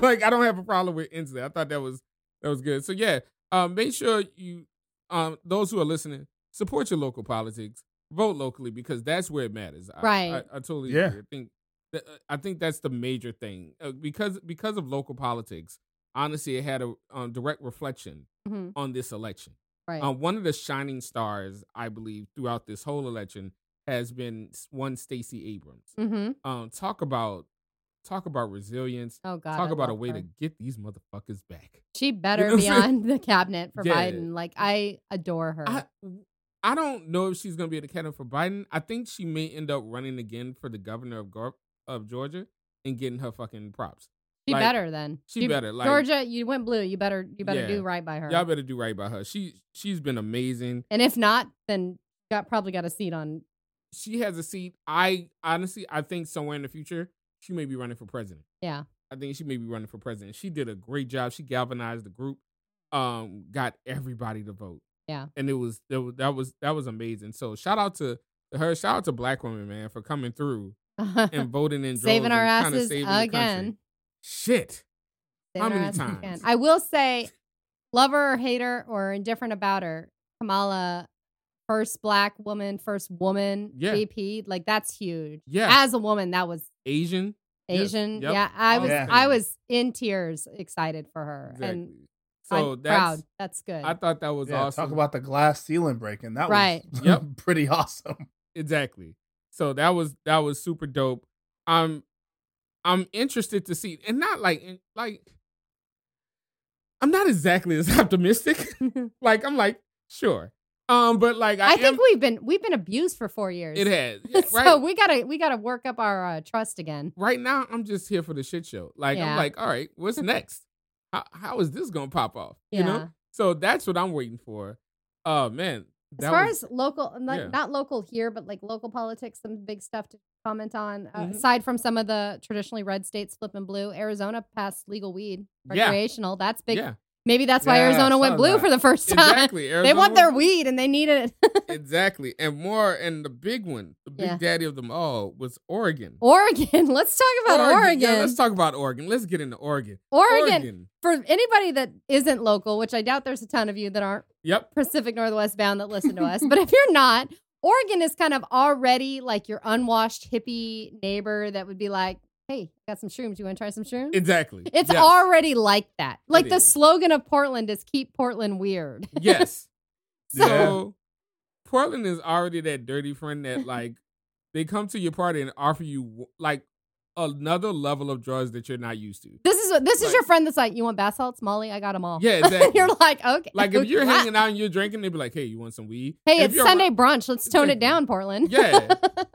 S1: like I don't have a problem with Inslee. I thought that was that was good. So yeah, um, make sure you um those who are listening support your local politics, vote locally because that's where it matters. I-
S2: Right.
S1: I, I, totally
S3: Yeah.
S1: agree. I think that, uh, I think that's the major thing uh, because because of local politics. Honestly, it had a um, direct reflection
S2: hmm
S1: on this election.
S2: Right.
S1: Um, one of the shining stars, I believe, throughout this whole election has been s- one Stacey Abrams
S2: hmm
S1: um talk about talk about resilience
S2: Oh God.
S1: talk
S2: I
S1: about a
S2: love
S1: way
S2: her.
S1: to get these motherfuckers back
S2: She better
S1: know what
S2: be
S1: I'm saying?
S2: on the cabinet for
S1: Yeah.
S2: Biden. Like I adore her.
S1: i i don't know if she's gonna be a candidate for biden i think she may end up running again for the governor of Gar- of georgia and getting her fucking props
S2: She
S1: Like,
S2: better then.
S1: she better, like-
S2: Georgia, you went blue. You better you better
S1: Yeah.
S2: do right by her.
S1: y'all better do right by her she she's been amazing
S2: and if not, then got probably got a seat on.
S1: she has a seat i honestly i think somewhere in the future she may be running for president
S2: Yeah.
S1: i think she may be running for president she did a great job she galvanized the group um got everybody to vote
S2: Yeah.
S1: and it was that was that was, that was amazing so shout out to her shout out to black women man for coming through and voting in droves
S2: saving our
S1: and kinda
S2: asses
S1: saving the country.
S2: again.
S1: shit
S2: Saving
S1: How
S2: our
S1: many
S2: asses
S1: times?
S2: again. I will say, love her or hate her or indifferent about her, Kamala, first black woman, first woman
S1: Yeah.
S2: VP, like that's huge.
S1: yeah
S2: As a woman, that was
S1: asian Yes.
S2: Asian.
S1: Yep.
S2: Yeah, I was
S3: Yeah.
S2: I was in tears, excited for her, and
S1: exactly. so
S2: I'm
S1: that's
S2: proud. That's good.
S1: i thought that was
S3: yeah.
S1: awesome
S3: Talk about the glass ceiling breaking. That
S2: Right.
S3: was
S1: Yep.
S3: pretty awesome.
S1: exactly so that was that was super dope i'm I'm interested to see, and not like in- like I'm not exactly as optimistic. like I'm like sure, um, but like I,
S2: I,
S1: am,
S2: think we've been we've been abused for four years.
S1: it has Yeah, right.
S2: so we gotta we gotta work up our uh, trust again.
S1: right now I'm just here for the shit show. Like
S2: Yeah.
S1: I'm like, all right, what's next? how, how is this gonna pop off?
S2: Yeah.
S1: You know? So that's what I'm waiting for. Oh man.
S2: as
S1: That
S2: far
S1: was,
S2: as local, like
S1: yeah.
S2: not local here, but like local politics, some big stuff to comment on. Uh,
S1: Mhm.
S2: Aside from some of the traditionally red states flipping blue, Arizona passed legal weed
S1: Yeah.
S2: recreational. That's big.
S1: yeah,
S2: Maybe that's why
S3: Yeah, I
S2: Arizona
S3: saw
S2: went blue
S3: that.
S2: for the first time.
S1: exactly.
S2: They want
S1: Arizona-
S2: their weed and they need it.
S1: exactly. And more and the big one, the big
S2: Yeah.
S1: daddy of them all was Oregon.
S2: Oregon. Let's talk about Oregon.
S1: Yeah, let's talk about Oregon. Let's get into Oregon.
S2: Oregon. For anybody that isn't local, which I doubt there's a ton of you that aren't
S1: Yep.
S2: Pacific Northwest bound that listen to us. But if you're not, Oregon is kind of already like your unwashed hippie neighbor that would be like, hey, got some shrooms. You want to try some shrooms?
S1: Exactly.
S2: It's
S1: yes.
S2: already like that. Like
S1: It
S2: the
S1: is.
S2: slogan of Portland is keep Portland weird.
S1: Yes.
S2: So
S3: Yeah.
S1: So Portland is already that dirty friend that like they come to your party and offer you like another level of drugs that you're not used to.
S2: this is this is
S1: Right.
S2: your friend that's like, you want bath salts, Molly? I got them all.
S1: Yeah, exactly.
S2: Oh. you're like, okay.
S1: like if you're
S2: Wow.
S1: hanging out and you're drinking, they'd be like, "Hey, you want some weed?"
S2: Hey,
S1: If
S2: it's
S1: you're-
S2: Sunday brunch. Let's tone
S1: Exactly.
S2: it down, Portland.
S1: Yeah,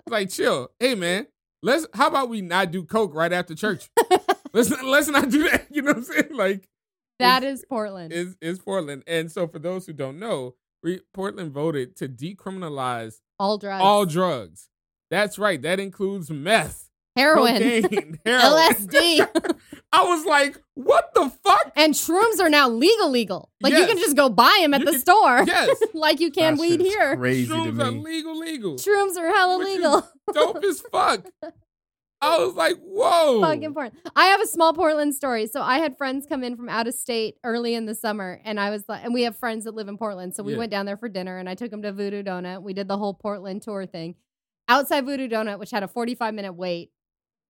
S1: like chill. Hey, man, let's. How about we not do coke right after church? let's not, let's not do that. You know what I'm saying? Like
S2: that is Portland.
S1: is is Portland. And so for those who don't know, we, Portland voted to decriminalize
S2: all drugs.
S1: all drugs. That's right. That includes meth,
S2: heroin.
S1: cocaine, heroin.
S2: LSD
S1: I was like, what the fuck?
S2: and shrooms are now legal legal. Like you can
S1: Yes.
S2: just go buy them at
S1: You
S2: the
S1: can-
S2: store.
S1: Yes.
S2: like you can
S3: That
S2: weed
S3: shit's
S2: here.
S3: Crazy to
S1: Shrooms are
S3: me.
S1: legal, legal.
S2: Shrooms are hella
S1: Which is
S2: legal.
S1: Dope as fuck. I was like, whoa.
S2: fucking Portland. I have a small Portland story. So I had friends come in from out of state early in the summer, and I was like, and we have friends that live in Portland, so we
S1: Yeah.
S2: went down there for dinner, and I took them to Voodoo Donut. We did the whole Portland tour thing outside Voodoo Donut, which had a forty-five minute wait.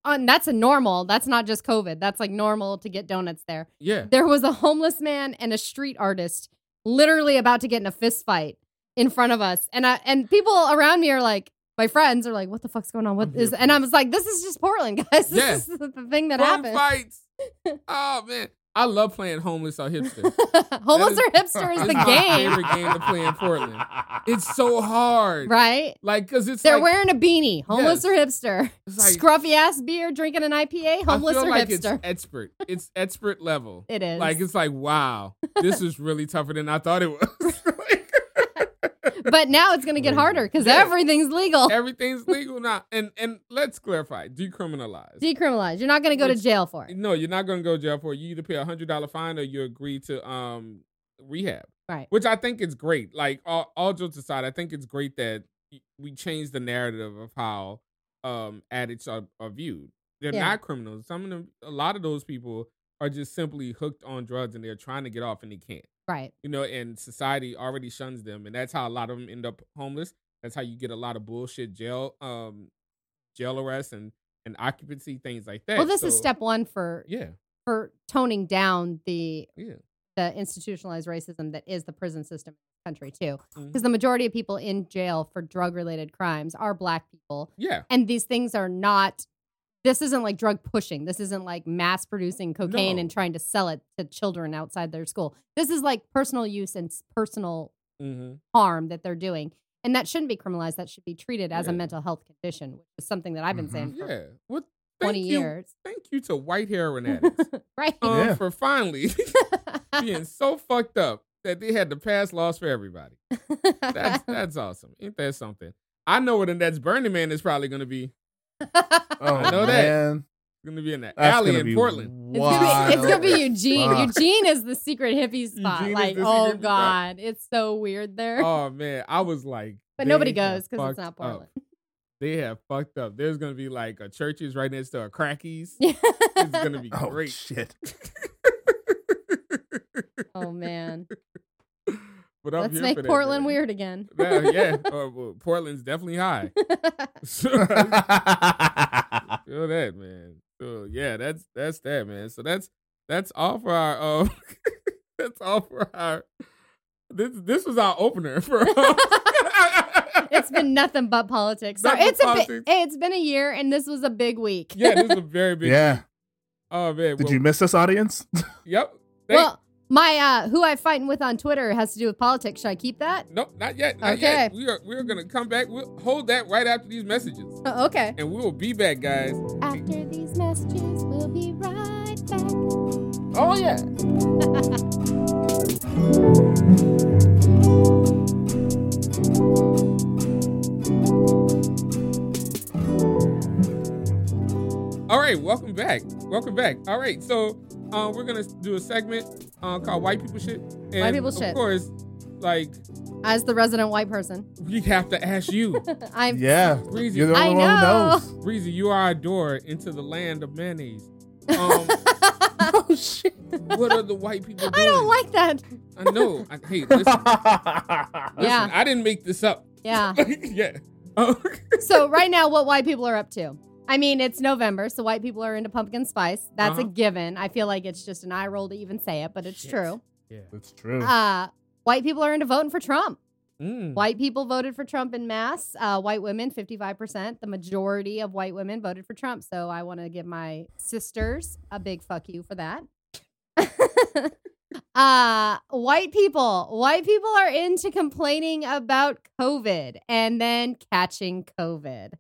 S2: On that's a normal. That's not just COVID. That's like normal to get donuts there.
S1: yeah.
S2: There was a homeless man and a street artist literally about to get in a fist fight in front of us, and I and people around me are like. My friends are like, "What the fuck's going on? What
S1: I'm here
S2: is?"
S1: for
S2: And I
S1: this.
S2: was like, "This is just Portland, guys. This
S1: Yeah.
S2: is the thing that
S1: Bum
S2: happened."
S1: fights. Oh man. I love playing homeless or hipster.
S2: Homeless
S1: That
S2: or hipster is
S1: It's
S2: the
S1: my
S2: game,
S1: favorite game to play in Portland. It's so hard.
S2: right?
S1: Like, cause it's
S2: They're
S1: like,
S2: wearing a beanie. Homeless
S1: Yes.
S2: or hipster.
S1: it's like-
S2: Scruffy ass beer, drinking an IPA. Homeless
S1: I
S2: or
S1: feel like
S2: hipster.
S1: It's expert. It's expert level.
S2: It is.
S1: Like it's like wow, this is really tougher than I thought it was. Like,
S2: but now it's gonna get harder because
S1: Yeah.
S2: everything's legal.
S1: everything's legal now, and and let's clarify: decriminalize.
S2: Decriminalized. You're not gonna go to
S1: Which-
S2: jail for it.
S1: no, you're not going to go to jail for it. You either pay a hundred dollar fine or you agree to um rehab.
S2: Right.
S1: Which I think is great. Like all, all jokes aside, I think it's great that we change the narrative of how um addicts are, are viewed. They're
S2: Yeah.
S1: not criminals. Some of them, a lot of those people are just simply hooked on drugs and they're trying to get off and they can't.
S2: Right.
S1: you know, and society already shuns them, and that's how a lot of them end up homeless. That's how you get a lot of bullshit jail, um, jail arrests and and occupancy things like that.
S2: Well, this is
S1: So,
S2: step one for
S1: Yeah,
S2: for toning down the
S1: yeah,
S2: the institutionalized racism that is the prison system in the country too.
S1: Mhm.
S2: Because the majority of people in jail for drug related crimes are black people.
S1: yeah.
S2: and these things are not this isn't like drug pushing this isn't like mass producing cocaine
S1: No.
S2: and trying to sell it to children outside their school this is like personal use and s- personal
S1: Mm-hmm.
S2: harm that they're doing and that shouldn't be criminalized that should be treated as a
S1: Yeah. Mm-hmm.
S2: mental health condition which is something that i've been
S3: Mhm.
S2: saying for
S1: Yeah. Well, thank
S2: 20
S1: you,
S2: years
S1: thank you to white heroin addicts
S2: right
S1: um,
S3: Yeah.
S1: for finally being so fucked up that they had to pass laws for everybody. That's that's awesome. Ain't that something? I know what the next Burning Man is probably going to be.
S3: Oh,
S1: I know that.
S3: man.
S1: Going to be in the
S3: That's
S1: alley
S3: gonna
S1: in
S3: be
S1: Portland.
S2: It's gonna,
S3: wild.
S2: be, it's gonna be Eugene.
S3: Wow.
S2: Eugene is the secret hippie spot.
S1: Eugene is
S2: like,
S1: the
S2: oh
S1: secret hippie spot.
S2: god, it's so weird there.
S1: Oh man, I was like,
S2: but nobody
S1: they have
S2: goes because it's
S1: fucked
S2: not
S1: up.
S2: Portland.
S1: They have fucked up. There's gonna be like a churches right next to a crackies. It's
S2: Yeah.
S1: gonna be
S3: Oh,
S1: great.
S3: shit.
S2: oh man.
S1: but I'm
S2: Let's
S1: here for
S2: make
S1: that,
S2: Portland
S1: man.
S2: weird again.
S1: Yeah, yeah. Uh, well, Portland's definitely high. So- Feel that, man. So yeah, that's that's that, man. So that's that's all for our um um, that's all for our this this was our opener for
S2: it's been nothing but politics. So
S1: Nothing but
S2: it's a bi-
S1: politics.
S2: it's been a year, and this was a big week.
S1: yeah, this is a very big.
S3: Yeah.
S1: Oh man.
S3: Did
S1: well,
S3: you miss us, audience?
S1: Yep. Thank-
S2: Well, my uh, who I'm fighting with on Twitter has to do with politics. Should I keep that?
S1: Nope, not yet. Not yet. We are we are gonna come back. We'll hold that right after these messages,
S2: Oh, okay.
S1: and we will be back, guys.
S2: After these messages, we'll be right back.
S1: Oh yeah. All right, welcome back. Welcome back. All right, so uh, we're gonna do a segment uh, called "White People Shit." And
S2: People
S1: of
S2: Shit.
S1: course, like
S2: As the resident white person,
S1: we have to ask you,
S2: I'm
S3: yeah.
S1: Breezy.
S3: You're the only
S2: I
S3: one who
S2: know.
S3: knows.
S1: Breezy, you are our door into the land of mayonnaise. Um,
S3: oh shit.
S1: what are the white people doing?
S2: I don't like that.
S1: I know. I, hey, listen,
S2: Yeah,
S1: I didn't make this up.
S2: yeah.
S1: yeah. Oh,
S2: So right now, what white people are up to? I mean, it's November, so white people are into pumpkin spice. That's a
S1: Uh-huh.
S2: given. I feel like it's just an eye roll to even say it, but it's
S1: Shit. Mm.
S2: true.
S1: yeah.
S3: That's true.
S2: Uh, white people are into voting for Trump.
S1: Mm.
S2: White people voted for Trump in mass. Uh, white women, 55%. The majority of white women voted for Trump. So I want to give my sisters a big fuck you for that. uh, white people. White people are into complaining about COVID and then catching COVID.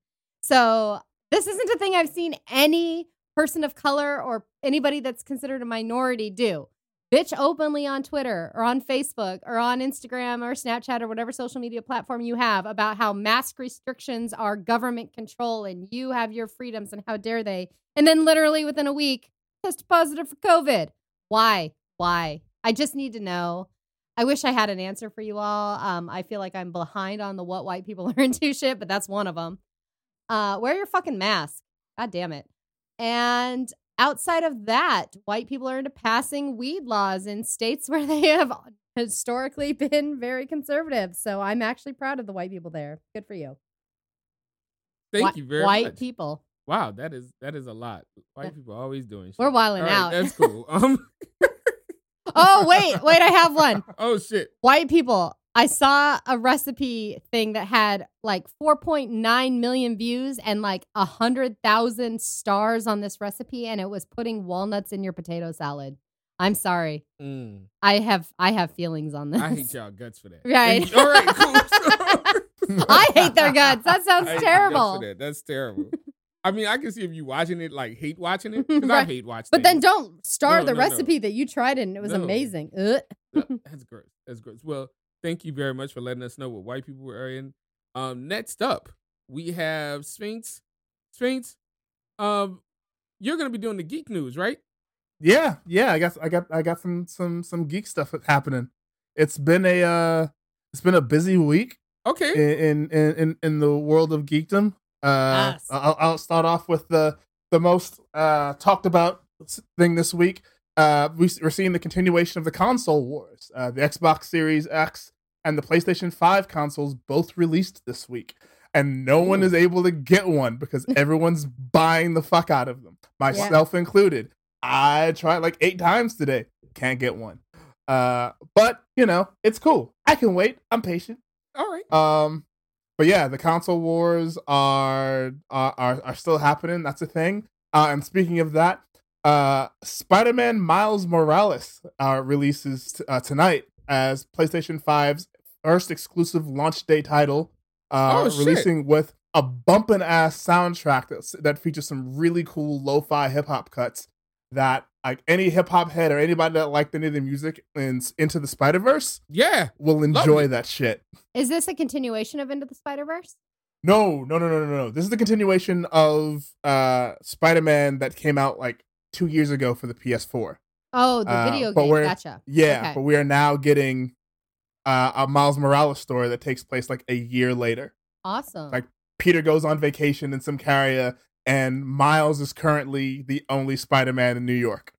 S2: So this isn't a thing I've seen any person of color or anybody that's considered a minority do. Bitch openly on Twitter or on Facebook or on Instagram or Snapchat or whatever social media platform you have about how mask restrictions are government control and you have your freedoms and how dare they. And then literally within a week, test positive for COVID. Why? Why? I just need to know. I wish I had an answer for you all. Um, I feel like I'm behind on the what white people are into shit, but that's one of them. Uh, wear your fucking mask. God damn it. And outside of that, white people are into passing weed laws in states where they have historically been very conservative. So I'm actually proud of the white people there. Good for you.
S1: Thank
S2: Whi-
S1: you very
S2: White
S1: much.
S2: people.
S1: Wow, that is that is a lot. White people always doing shit.
S2: We're wilding
S1: All right,
S2: out.
S1: That's cool. Um,
S2: oh, wait, wait, I have one.
S1: oh shit.
S2: White people. I saw a recipe thing that had like 4.9 million views and like 100,000 stars on this recipe, and it was putting walnuts in your potato salad. I'm sorry.
S1: Mm,
S2: I have I have feelings on this.
S1: I hate y'all guts for that.
S2: Right.
S1: And- all right, cool.
S2: I hate their guts. That sounds
S1: I hate your guts for
S2: terrible.
S1: that. That's terrible. I mean, I can see if you watching it, like hate watching it, because I
S2: Right.
S1: hate watching.
S2: But then don't star
S1: No,
S2: the
S1: no, no.
S2: recipe that you tried and it was
S1: No.
S2: amazing. Ugh.
S1: Th- That's great. That's great. Well, thank you very much for letting us know what white people are in. Um, next up, we have Sphinx. Sphinx, um, you're gonna be doing the geek news, right?
S3: Yeah, yeah, I got I got I got some some some geek stuff happening. It's been a uh it's been a busy week
S1: Okay.
S3: in in in, in the world of geekdom. Uh
S2: Yes.
S3: I'll, I'll start off with the the most uh talked about s- thing this week. Uh we, s- we're seeing the continuation of the console wars. Uh the Xbox Series X and the PlayStation 5 consoles both released this week. And no one
S1: Ooh.
S3: is able to get one because everyone's buying the fuck out of them, myself included. I tried like eight times today. Can't get one. Uh, but you know, it's cool. I can wait. I'm patient.
S1: All right.
S3: Um, but yeah, the console wars are are are, are still happening. That's a thing. Uh, and speaking of that, uh, Spider-Man Miles Morales uh, releases t- uh, tonight as PlayStation 5's first exclusive launch day title. Uh,
S1: Oh, shit.
S3: releasing with a bumpin' ass soundtrack that that features some really cool lo-fi hip hop cuts that like any hip hop head or anybody that liked any of the music in Into the Spider Verse
S1: Yeah.
S3: will enjoy that shit.
S2: Is this a continuation of Into the Spider Verse?
S3: No, no, no, no, no, no. This is the continuation of uh Spider-Man that came out like two years ago for the PS4.
S2: Oh, the
S3: Uh,
S2: video
S3: but
S2: game.
S3: we're-
S2: Gotcha.
S3: Yeah,
S2: Okay.
S3: but we are now getting uh, a Miles Morales story that takes place like a year later.
S2: Awesome.
S3: like- Peter goes on vacation in some area, and Miles is currently the only Spider-Man in New York.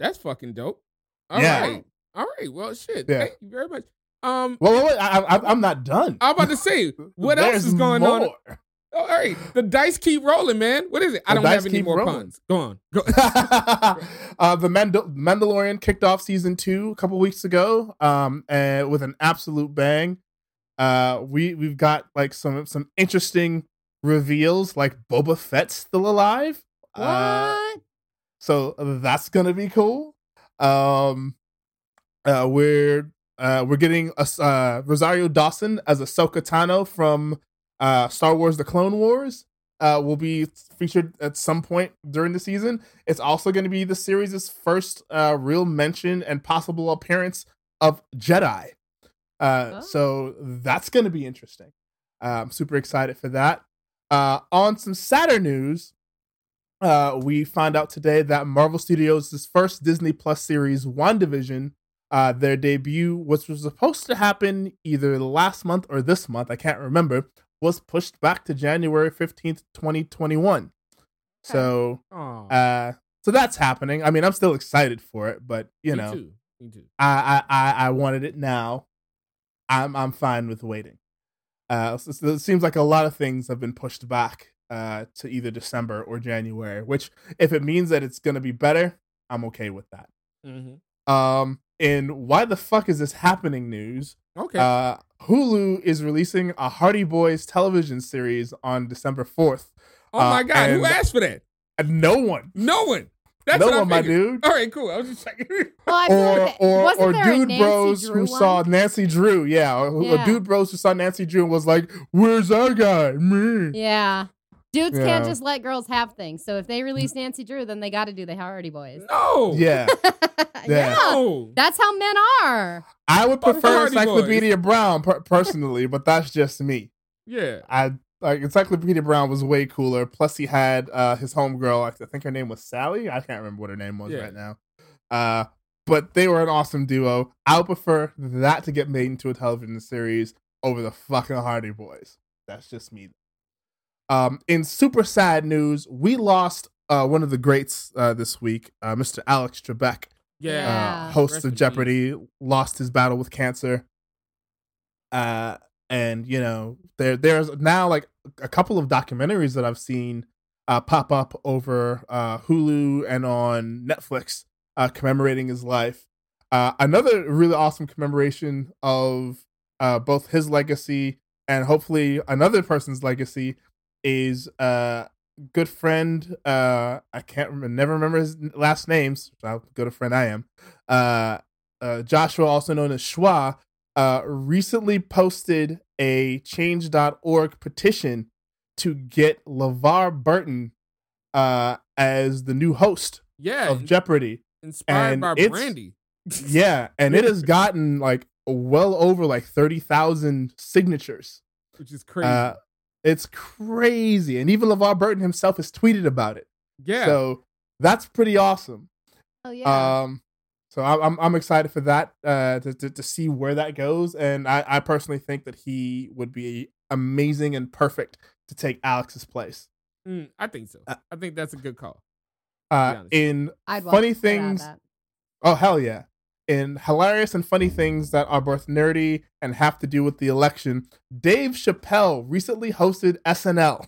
S1: That's fucking dope. All right.
S3: Yeah.
S1: All right. Well, shit.
S3: Yeah.
S1: Thank you very much. Um,
S3: Well, wait, wait, I, I, I'm not done.
S1: I'm about to say, what else
S3: There's
S1: is going on?
S3: more.
S1: Oh, all right. The dice keep rolling, man. What is it? I
S3: The
S1: don't have
S3: dice
S1: any
S3: keep
S1: more
S3: rolling.
S1: puns. Go on. Go.
S3: uh, the Mandal- Mandalorian kicked off season two a couple weeks ago, um, and with an absolute bang. Uh, we we've got like some some interesting reveals, like Boba Fett's still alive.
S2: What?
S3: Uh, so that's gonna be cool. Um, uh, we're uh, we're getting a, uh, Rosario Dawson as Ahsoka Tano from uh, Star Wars: The Clone Wars. Uh, will be featured at some point during the season. It's also going to be the series' first uh, real mention and possible appearance of Jedi. Uh,
S2: Oh.
S3: So that's going to be interesting. Uh, I'm super excited for that. Uh, on some sadder news, uh, we find out today that Marvel Studios' first Disney Plus series, WandaVision, uh, their debut, which was supposed to happen either last month or this month, I can't remember, was pushed back to January 15th, 2021. So,
S1: Oh,
S3: uh, so that's happening. I mean, I'm still excited for it, but you
S1: me
S3: know,
S1: too. Me too.
S3: I, I I I wanted it now. I'm I'm fine with waiting. Uh, so, so it seems like a lot of things have been pushed back uh, to either December or January. Which, if it means that it's going to be better, I'm okay with that.
S1: Mm-hmm.
S3: Um, in why the fuck is this happening? News.
S1: Okay.
S3: Uh, Hulu is releasing a Hardy Boys television series on December fourth.
S1: oh my
S3: uh,
S1: god, who
S3: and-
S1: asked for that?
S3: And no one,
S1: No one. That's
S3: no
S1: what
S3: one,
S1: I
S3: my
S1: figured.
S3: dude.
S1: All right, cool. I was just checking.
S2: Well, I feel
S3: or
S2: like that-
S3: or,
S2: wasn't
S3: or
S2: there a
S3: dude
S2: Nancy
S3: bros
S2: Drew
S3: who
S2: one?
S3: saw Nancy Drew, yeah, or, who- or
S2: Yeah.
S3: dude bros who saw Nancy Drew and was like, "Where's our guy?" Me.
S2: Yeah. Dudes can't
S3: Yeah.
S2: just let girls have things. So if they release Nancy Drew, then they got to do the Hardy Boys.
S1: no.
S3: Yeah, Yeah.
S1: No.
S2: That's how men are.
S3: I would
S1: Fuck
S3: prefer
S1: Hardy Boys.
S3: Encyclopedia Brown per- personally, but that's just me.
S1: Yeah.
S3: I like Encyclopedia Brown was way cooler. Plus, he had uh, his homegirl. I think her name was Sally. I can't remember what her name was
S1: Yeah.
S3: right now. Uh, but they were an awesome duo. I would prefer that to get made into a television series over the fucking Hardy Boys. That's just me. Um, in super sad news, we lost uh, one of the greats uh, this week, uh, Mr. Alex Trebek,
S1: Yeah.
S2: Yeah.
S3: uh, host
S1: Rest in
S3: of
S1: peace.
S3: Jeopardy, lost his battle with cancer. Uh, and you know there there's now like a couple of documentaries that I've seen uh, pop up over uh, Hulu and on Netflix uh, commemorating his life. Uh, another really awesome commemoration of uh, both his legacy and hopefully another person's legacy is uh, good friend. Uh, I can't remember, never remember his last names. How good a friend I am. Uh, uh, Joshua, also known as Schwa, uh, recently posted a Change.org petition to get LeVar Burton uh, as the new host
S1: Yeah.
S3: of Jeopardy.
S1: inspired
S3: and
S1: by
S3: it's-
S1: Brandy.
S3: Yeah, and it has gotten like well over like thirty thousand signatures.
S1: Which is crazy.
S3: Uh, it's crazy, and even LeVar Burton himself has tweeted about it.
S1: yeah.
S3: So that's pretty awesome.
S2: Oh, yeah.
S3: Um, so I'm I'm- I'm excited for that uh, to, to to see where that goes, and I, I personally think that he would be amazing and perfect to take Alex's place.
S1: Mm, I think so.
S3: Uh,
S1: I think that's a good call. be
S3: Uh,
S1: honest.
S3: in
S2: I'd watch
S3: funny
S2: the shit out of
S3: things-
S2: that.
S3: oh hell yeah, in hilarious and funny things that are both nerdy and have to do with the election, Dave Chappelle recently hosted SNL.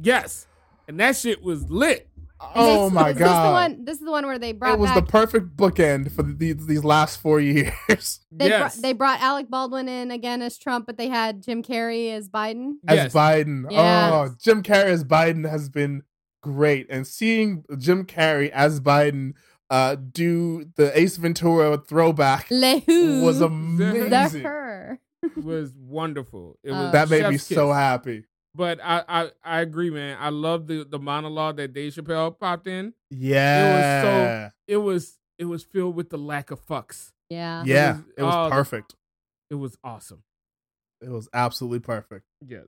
S1: Yes. And that shit was lit.
S3: Oh
S2: This-
S3: my
S2: is this the
S3: god,
S2: one- This is the one where they
S3: it
S2: brought
S3: was
S2: back.
S3: the perfect bookend for the, these last four years.
S2: They, brought-
S1: yes.
S2: they brought Alec Baldwin in again as Trump, but they had Jim Carrey as Biden.
S3: as
S1: yes.
S3: Biden.
S2: Yeah.
S3: Oh, Jim Carrey as Biden has been great, and seeing Jim Carrey as Biden uh, do the Ace Ventura throwback
S2: Le Who.
S3: was
S2: That's
S3: amazing.
S2: her.
S1: was wonderful. It
S2: Uh,
S1: was
S3: That made me
S1: chef's
S3: so
S1: kiss.
S3: happy.
S1: But I, I I agree, man. I love the the monologue that Dave Chappelle popped in.
S3: Yeah,
S1: It was it was filled with the lack of fucks.
S2: Yeah.
S1: It
S3: yeah,
S1: was-
S3: it was
S1: oh.
S3: perfect.
S1: It was awesome.
S3: It was absolutely perfect.
S1: Yes.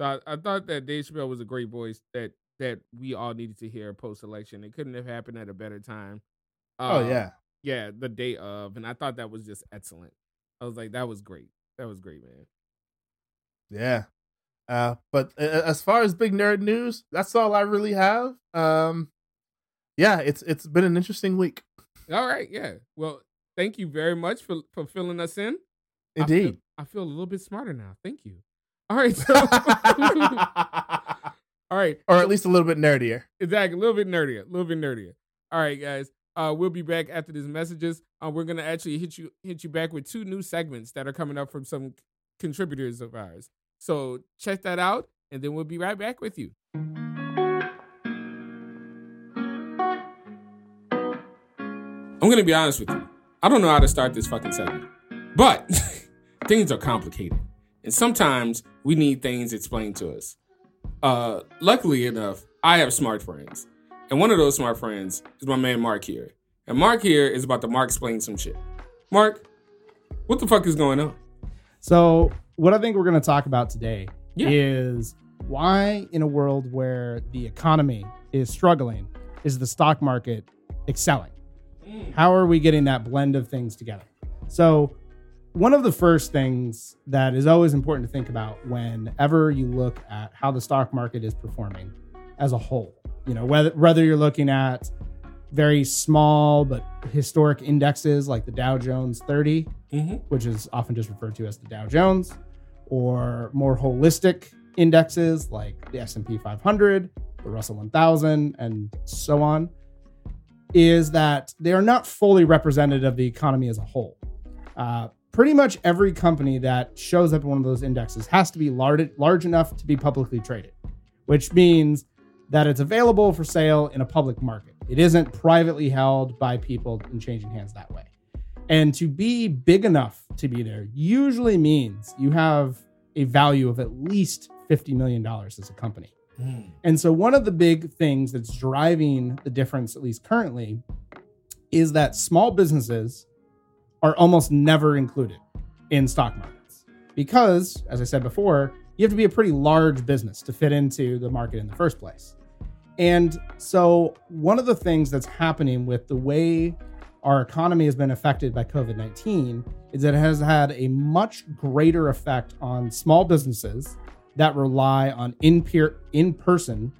S1: So I, I thought that Dave Chappelle was a great voice that that we all needed to hear post election. It couldn't have happened at a better time.
S3: oh
S1: Uh,
S3: yeah,
S1: yeah, the day of, and I thought that was just excellent. I was like, that was great. That was great, man.
S3: yeah. Uh, but uh, as far as big nerd news, that's all I really have. Um, yeah, it's it's been an interesting week,
S1: All right, yeah. Well, thank you very much for for filling us in. I feel-
S3: indeed.
S1: I feel, a little bit smarter now. Thank you. All right. So, all right.
S3: or at least a little bit nerdier.
S1: Exactly. A little bit nerdier. A little bit nerdier. All right, guys. Uh, we'll be back after these messages. Uh, we're gonna actually hit you hit you back with two new segments that are coming up from some contributors of ours. So check that out, and then we'll be right back with you. I'm gonna be honest with you. I don't know how to start this fucking segment, but things are complicated, and sometimes we need things explained to us. Uh, luckily enough, I have smart friends, and one of those smart friends is my man Mark here, and Mark here is about to Mark explain some shit. Mark, what the fuck is going on?
S4: So, what I think we're going to talk about today
S1: Yeah.
S4: is why, in a world where the economy is struggling, is the stock market excelling?
S1: Mm.
S4: How are we getting that blend of things together? So, one of the first things that is always important to think about whenever you look at how the stock market is performing as a whole, you know, whether whether you're looking at very small but historic indexes like the Dow Jones 30
S1: Mm-hmm.
S4: which is often just referred to as the Dow Jones, or more holistic indexes like the S&P 500, the Russell 1000, and so on, is that they are not fully representative of the economy as a whole. Uh, pretty much every company that shows up in one of those indexes has to be large, large enough to be publicly traded, which means that it's available for sale in a public market. It isn't privately held by people and changing hands that way. And to be big enough to be there usually means you have a value of at least $50 million as a company.
S1: Mm-hmm.
S4: And so, one of the big things that's driving the difference, at least currently, is that small businesses are almost never included in stock markets because, as I said before, you have to be a pretty large business to fit into the market in the first place. And so, one of the things that's happening with the way our economy has been affected by COVID 19 is that it has had a much greater effect on small businesses that rely on in peer in person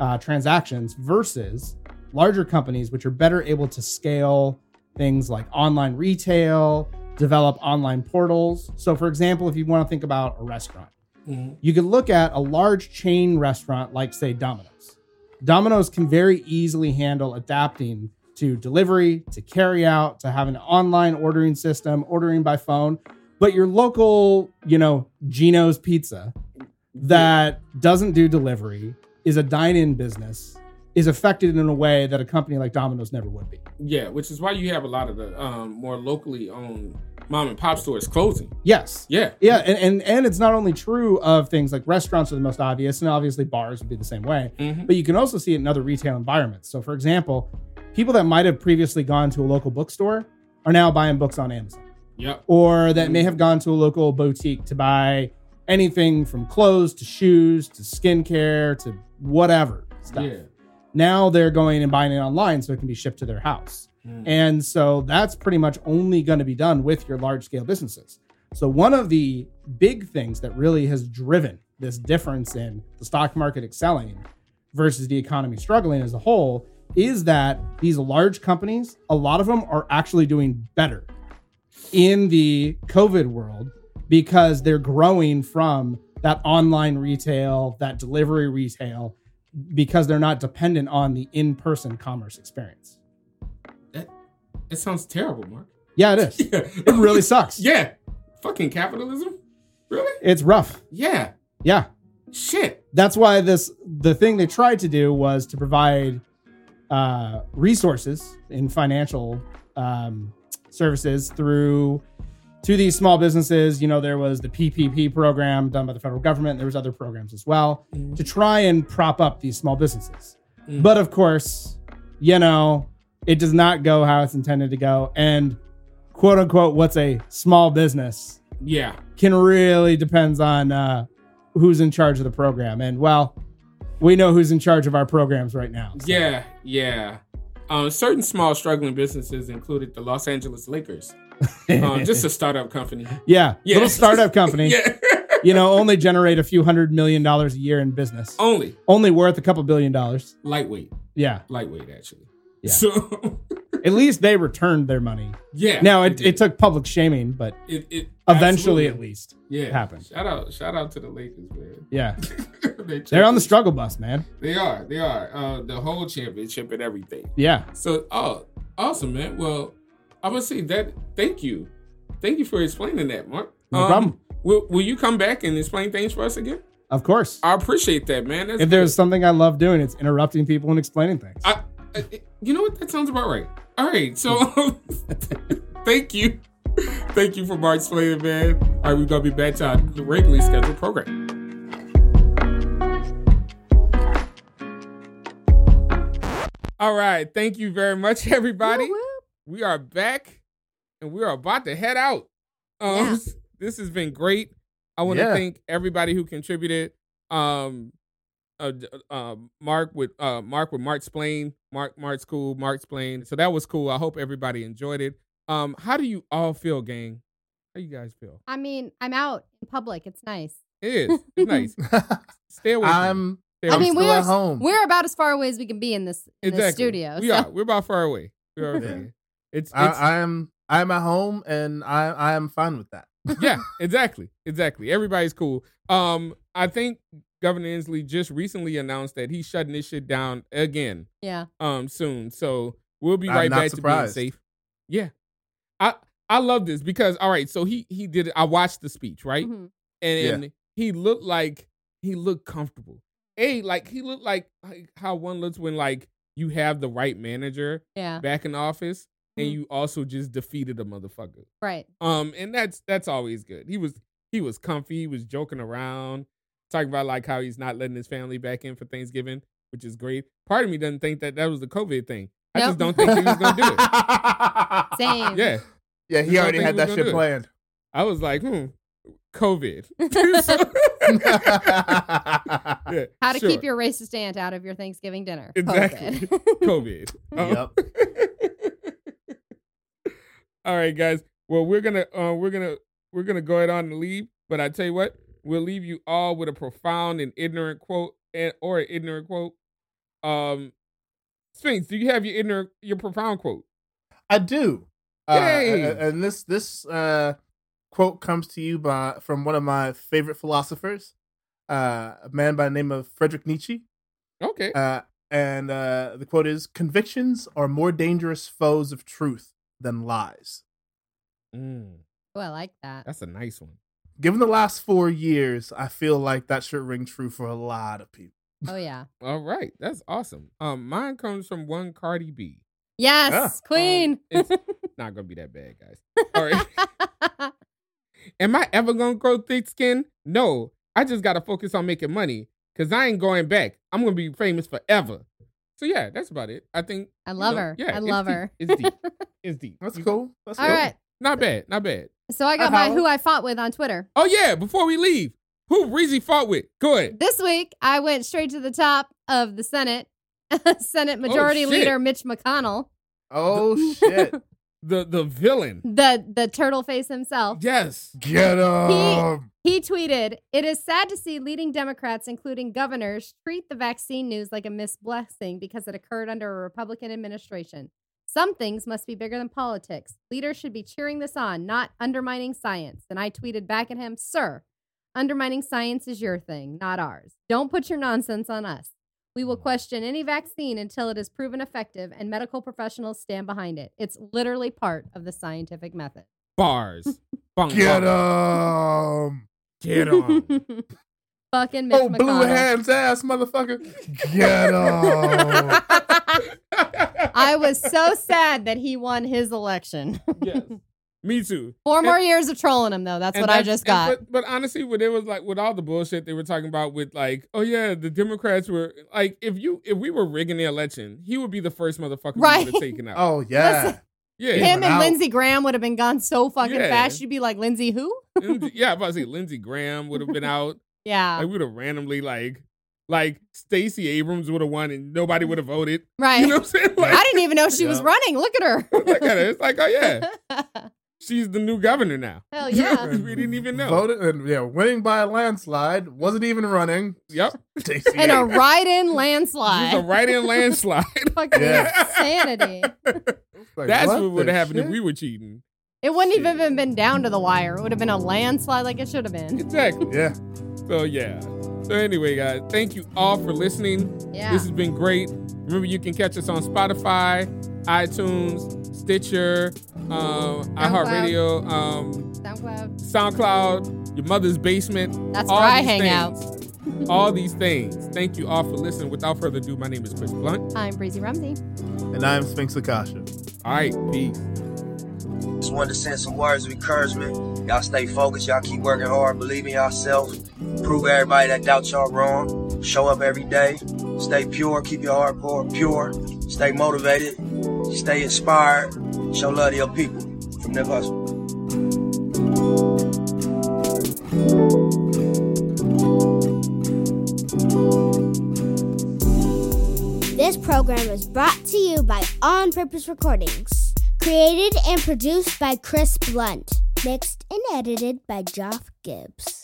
S4: uh, transactions versus larger companies which are better able to scale things like online retail develop online portals so for example if you want to think about a restaurant
S1: Mm-hmm.
S4: you could look at a large chain restaurant like say domino's domino's can very easily handle adapting to delivery to carry out to have an online ordering system ordering by phone but your local you know gino's pizza that doesn't do delivery is a dine-in business is affected in a way that a company like domino's never would be
S1: Yeah, which is why you have a lot of the um, more locally owned mom and pop stores closing.
S4: yes
S1: Yeah.
S4: Yeah, and, and and it's not only true of things like restaurants are the most obvious, and obviously bars would be the same way.
S1: Mhm.
S4: But you can also see it in other retail environments. So, for example, people that might have previously gone to a local bookstore are now buying books on Amazon,
S1: Yep.
S4: or that may have gone to a local boutique to buy anything from clothes to shoes to skincare to whatever stuff.
S1: Yeah.
S4: Now they're going and buying it online, so it can be shipped to their house.
S1: Mm.
S4: And so that's pretty much only going to be done with your large scale businesses. So, one of the big things that really has driven this difference in the stock market excelling versus the economy struggling as a whole is that these large companies, a lot of them are actually doing better in the COVID world because they're growing from that online retail, that delivery retail, because they're not dependent on the in person commerce experience.
S1: That sounds terrible, Mark.
S4: Yeah, it is.
S1: Yeah.
S4: It really sucks.
S1: yeah. Fucking capitalism? Really?
S4: It's rough.
S1: Yeah.
S4: Yeah.
S1: Shit.
S4: That's why this the thing they tried to do was to provide uh, resources in financial um, services through to these small businesses. You know, there was the PPP program done by the federal government. There was other programs as well to try and prop up these small businesses.
S1: Mm.
S4: But of course, you know, it does not go how it's intended to go. And quote unquote, what's a small business
S1: Yeah.
S4: can really depends on uh, who's in charge of the program. And well, we know who's in charge of our programs right now. so-
S1: Yeah. Yeah. Um, certain small struggling businesses included the Los Angeles Lakers, um, just a startup company.
S4: yeah,
S1: Yeah.
S4: little startup company.
S1: Yeah.
S4: You know, only generate a few hundred million dollars a year in business.
S1: Only
S4: Only worth a couple billion dollars.
S1: lightweight.
S4: Yeah,
S1: Lightweight, actually.
S4: Yeah.
S1: So,
S4: at least they returned their money.
S1: yeah.
S4: Now it, it
S1: did.
S4: took public shaming, but
S1: it, it
S4: eventually,
S1: absolutely-
S4: at least,
S1: yeah.
S4: happened.
S1: Shout out, shout out to the Lakers, man.
S4: yeah,
S1: they
S4: they're on the struggle bus, man.
S1: They are, they are. Uh, the whole championship and everything.
S4: Yeah,
S1: So, oh, awesome, man. Well, I'm gonna say that. Thank you, thank you for explaining that, Mark. Um,
S4: No problem.
S1: Will, will you come back and explain things for us again?
S4: Of course.
S1: I appreciate that, man. That's
S4: If there's something I love doing, it's interrupting people and explaining things.
S1: I, I, Uh, you know what? That sounds about right. All right, so thank you, thank you for Mark Slater, man. All right, we're gonna be back to our regularly scheduled program. All right, thank you very much, everybody. We are back, and we are about to head out. Um,
S2: Yeah.
S1: this has been great. I want to
S3: Yeah.
S1: thank everybody who contributed. Um, uh, d- uh, Mark with uh, Mark with Mark Splain, Mark Mark's cool, Mark Splain. So that was cool. I hope everybody enjoyed it. Um, how do you all feel, gang? How you guys feel?
S2: I mean, I'm out in public. It's nice.
S1: It is. It's nice. Stay away. from me.
S3: I'm
S1: Stay
S2: I
S1: away
S2: mean,
S1: from me.
S3: still
S2: we're
S3: at home.
S2: We're about as far away as we can be in this, in this studio.
S1: We
S2: so-
S1: are. We're about far away. We're already.
S3: Yeah.
S1: It's, it's
S3: I, I am I am at home and I I am fine with that.
S1: yeah, exactly, exactly. Everybody's cool. Um, I think Governor Inslee just recently announced that he's shutting this shit down again.
S2: Yeah.
S1: um soon. So we'll be
S3: I'm
S1: right
S3: not
S1: back
S3: surprised.
S1: to being safe. Yeah. I I love this because all right, so he he did I watched the speech, right?
S2: Mhm.
S1: And,
S3: Yeah.
S1: and he looked like he looked comfortable. A like he looked like, like how one looks when like you have the right manager
S2: Yeah.
S1: back in office and
S2: Mhm.
S1: you also just defeated a motherfucker.
S2: Right.
S1: Um, and that's that's always good. He was he was comfy. He was joking around, talking about like how he's not letting his family back in for Thanksgiving, which is great. Part of me doesn't think that that was the COVID thing. I just don't
S2: Nope.
S1: think he was gonna do it.
S2: Same.
S1: Yeah,
S3: Yeah,
S1: Just
S3: he
S1: don't
S3: already
S1: think
S3: had
S1: he
S3: that
S1: was
S3: shit
S1: gonna
S3: planned.
S1: I was like, hmm, COVID. Yeah,
S2: How to
S1: sure.
S2: keep your racist aunt out of your Thanksgiving dinner.
S1: Exactly.
S2: COVID.
S1: COVID. Um,
S3: yep.
S1: All right, guys. Well, we're gonna uh, we're gonna we're gonna go ahead on and leave. But I tell you what, we'll leave you all with a profound and ignorant quote, and, or an ignorant quote. Um, Sphinx, do you have your ignorant your profound quote?
S3: I do. Uh,
S1: Yay.
S3: a- a- and this this uh, quote comes to you by from one of my favorite philosophers, uh, a man by the name of Frederick Nietzsche.
S1: Okay.
S3: Uh, and uh, the quote is: "Convictions are more dangerous foes of truth than lies."
S1: Mm,
S2: Oh, I like that.
S1: that's a nice one.
S3: Given the last four years, I feel like that should ring true for a lot of people.
S2: Oh yeah.
S1: All right, that's awesome. Um, mine comes from one Cardi B.
S2: Yes,
S1: Um,
S2: Queen.
S1: it's not gonna be that bad, guys. All right. Am I ever gonna grow thick skin? No. I just gotta focus on making money. Cause I ain't going back. I'm gonna be famous forever. So yeah, that's about it. I think
S2: I
S1: you
S2: love
S1: know,
S2: her.
S1: yeah,
S2: I
S1: it's
S2: love
S1: deep.
S2: her.
S1: It's deep. It's deep.
S3: That's
S1: You-
S3: cool. That's
S2: Mm. All
S3: cool.
S2: right.
S1: Not bad. Not bad.
S2: So I got
S1: Uh-huh.
S2: my
S3: Hi, Howard.
S2: who I fought with on Twitter.
S1: Oh yeah, before we leave, who Breezy fought with? Good.
S2: This week, I went straight to the top of the Senate. Senate Majority
S1: shit.
S2: Leader Mitch McConnell,
S3: Oh shit!
S1: The the villain.
S2: the the turtle face himself,
S1: Yes.
S3: Get him.
S2: he tweeted, "It is sad to see leading Democrats, including governors, treat the vaccine news like a missed blessing because it occurred under a Republican administration. Some things must be bigger than politics. Leaders should be cheering this on, not undermining science." And I tweeted back at him, "Sir, undermining science is your thing, not ours. Don't put your nonsense on us." We will question any vaccine until it is proven effective and medical professionals stand behind it. It's literally part of the scientific method.
S1: Bars. Bong,
S3: Get
S1: bong.
S3: him.
S1: Get on.
S2: Fucking Mitch
S3: Oh, blue
S2: McConnell.
S3: hands ass, motherfucker. Get him.
S2: I was so sad that he won his election.
S1: yes. Me too.
S2: Four
S1: And-
S2: more years of trolling him, though. That's
S1: And
S2: what I just
S1: and-
S2: got.
S1: But, but honestly, when it was like with all the bullshit they were talking about, with like, oh yeah, the Democrats were like, if you if we were rigging the election, he would be the first motherfucker we
S2: Right.
S1: would have taken out.
S3: Oh yeah.
S2: Listen.
S1: yeah,
S2: Him and
S3: Out.
S2: Lindsey Graham would have been gone so fucking
S1: Yeah.
S2: fast. You'd be like, Lindsey, who?
S1: Lindsey- yeah. I'm about to say Lindsey Graham would have been out.
S2: Yeah.
S1: Like we would have randomly like like Stacey Abrams would have won and nobody would have voted.
S2: right.
S1: You know what I'm saying? Like,
S2: I didn't even know she was
S3: Yeah.
S2: running. Look at her.
S1: look at it. It's like, oh yeah, she's the new governor now.
S2: Hell Oh, yeah.
S1: We didn't even know.
S3: Voted and yeah, winning by a landslide. Wasn't even running.
S1: Yep,
S3: Stacey
S2: In a
S3: Abrams.
S2: right in
S1: she's a
S2: landslide.
S1: right-in landslide.
S2: fucking
S3: Yeah.
S2: insanity.
S3: Like,
S1: That's
S3: what
S1: what would
S3: the
S1: have happened if
S3: shit?
S1: we were cheating.
S2: It wouldn't even have been down to the wire. It would have been a landslide like it should have been.
S1: Exactly.
S3: Yeah.
S1: So yeah. So anyway, guys, thank you all for listening.
S2: Yeah.
S1: This has been great. Remember, you can catch us on Spotify, iTunes, Stitcher, um, iHeartRadio, um,
S2: SoundCloud.
S1: SoundCloud, your mother's basement.
S2: That's
S1: all
S2: where I
S1: these
S2: hang
S1: things. out. all these things. Thank you all for listening. Without further ado, my name is Chris Blunt.
S2: I'm Breezy Rumsey.
S3: And I'm Sphinx Akasha.
S1: All right, peace.
S5: Just wanted to send some words of encouragement. Y'all stay focused. Y'all keep working hard. Believe in yourself. Prove everybody that doubt y'all wrong. Show up every day. Stay pure. Keep your heart pure. pure. Stay motivated. Stay inspired. Show love to your people. From Nip Hustle.
S6: This program is brought to you by On Purpose Recordings, created and produced by Chris Blunt, mixed and edited by Joff Gibbs.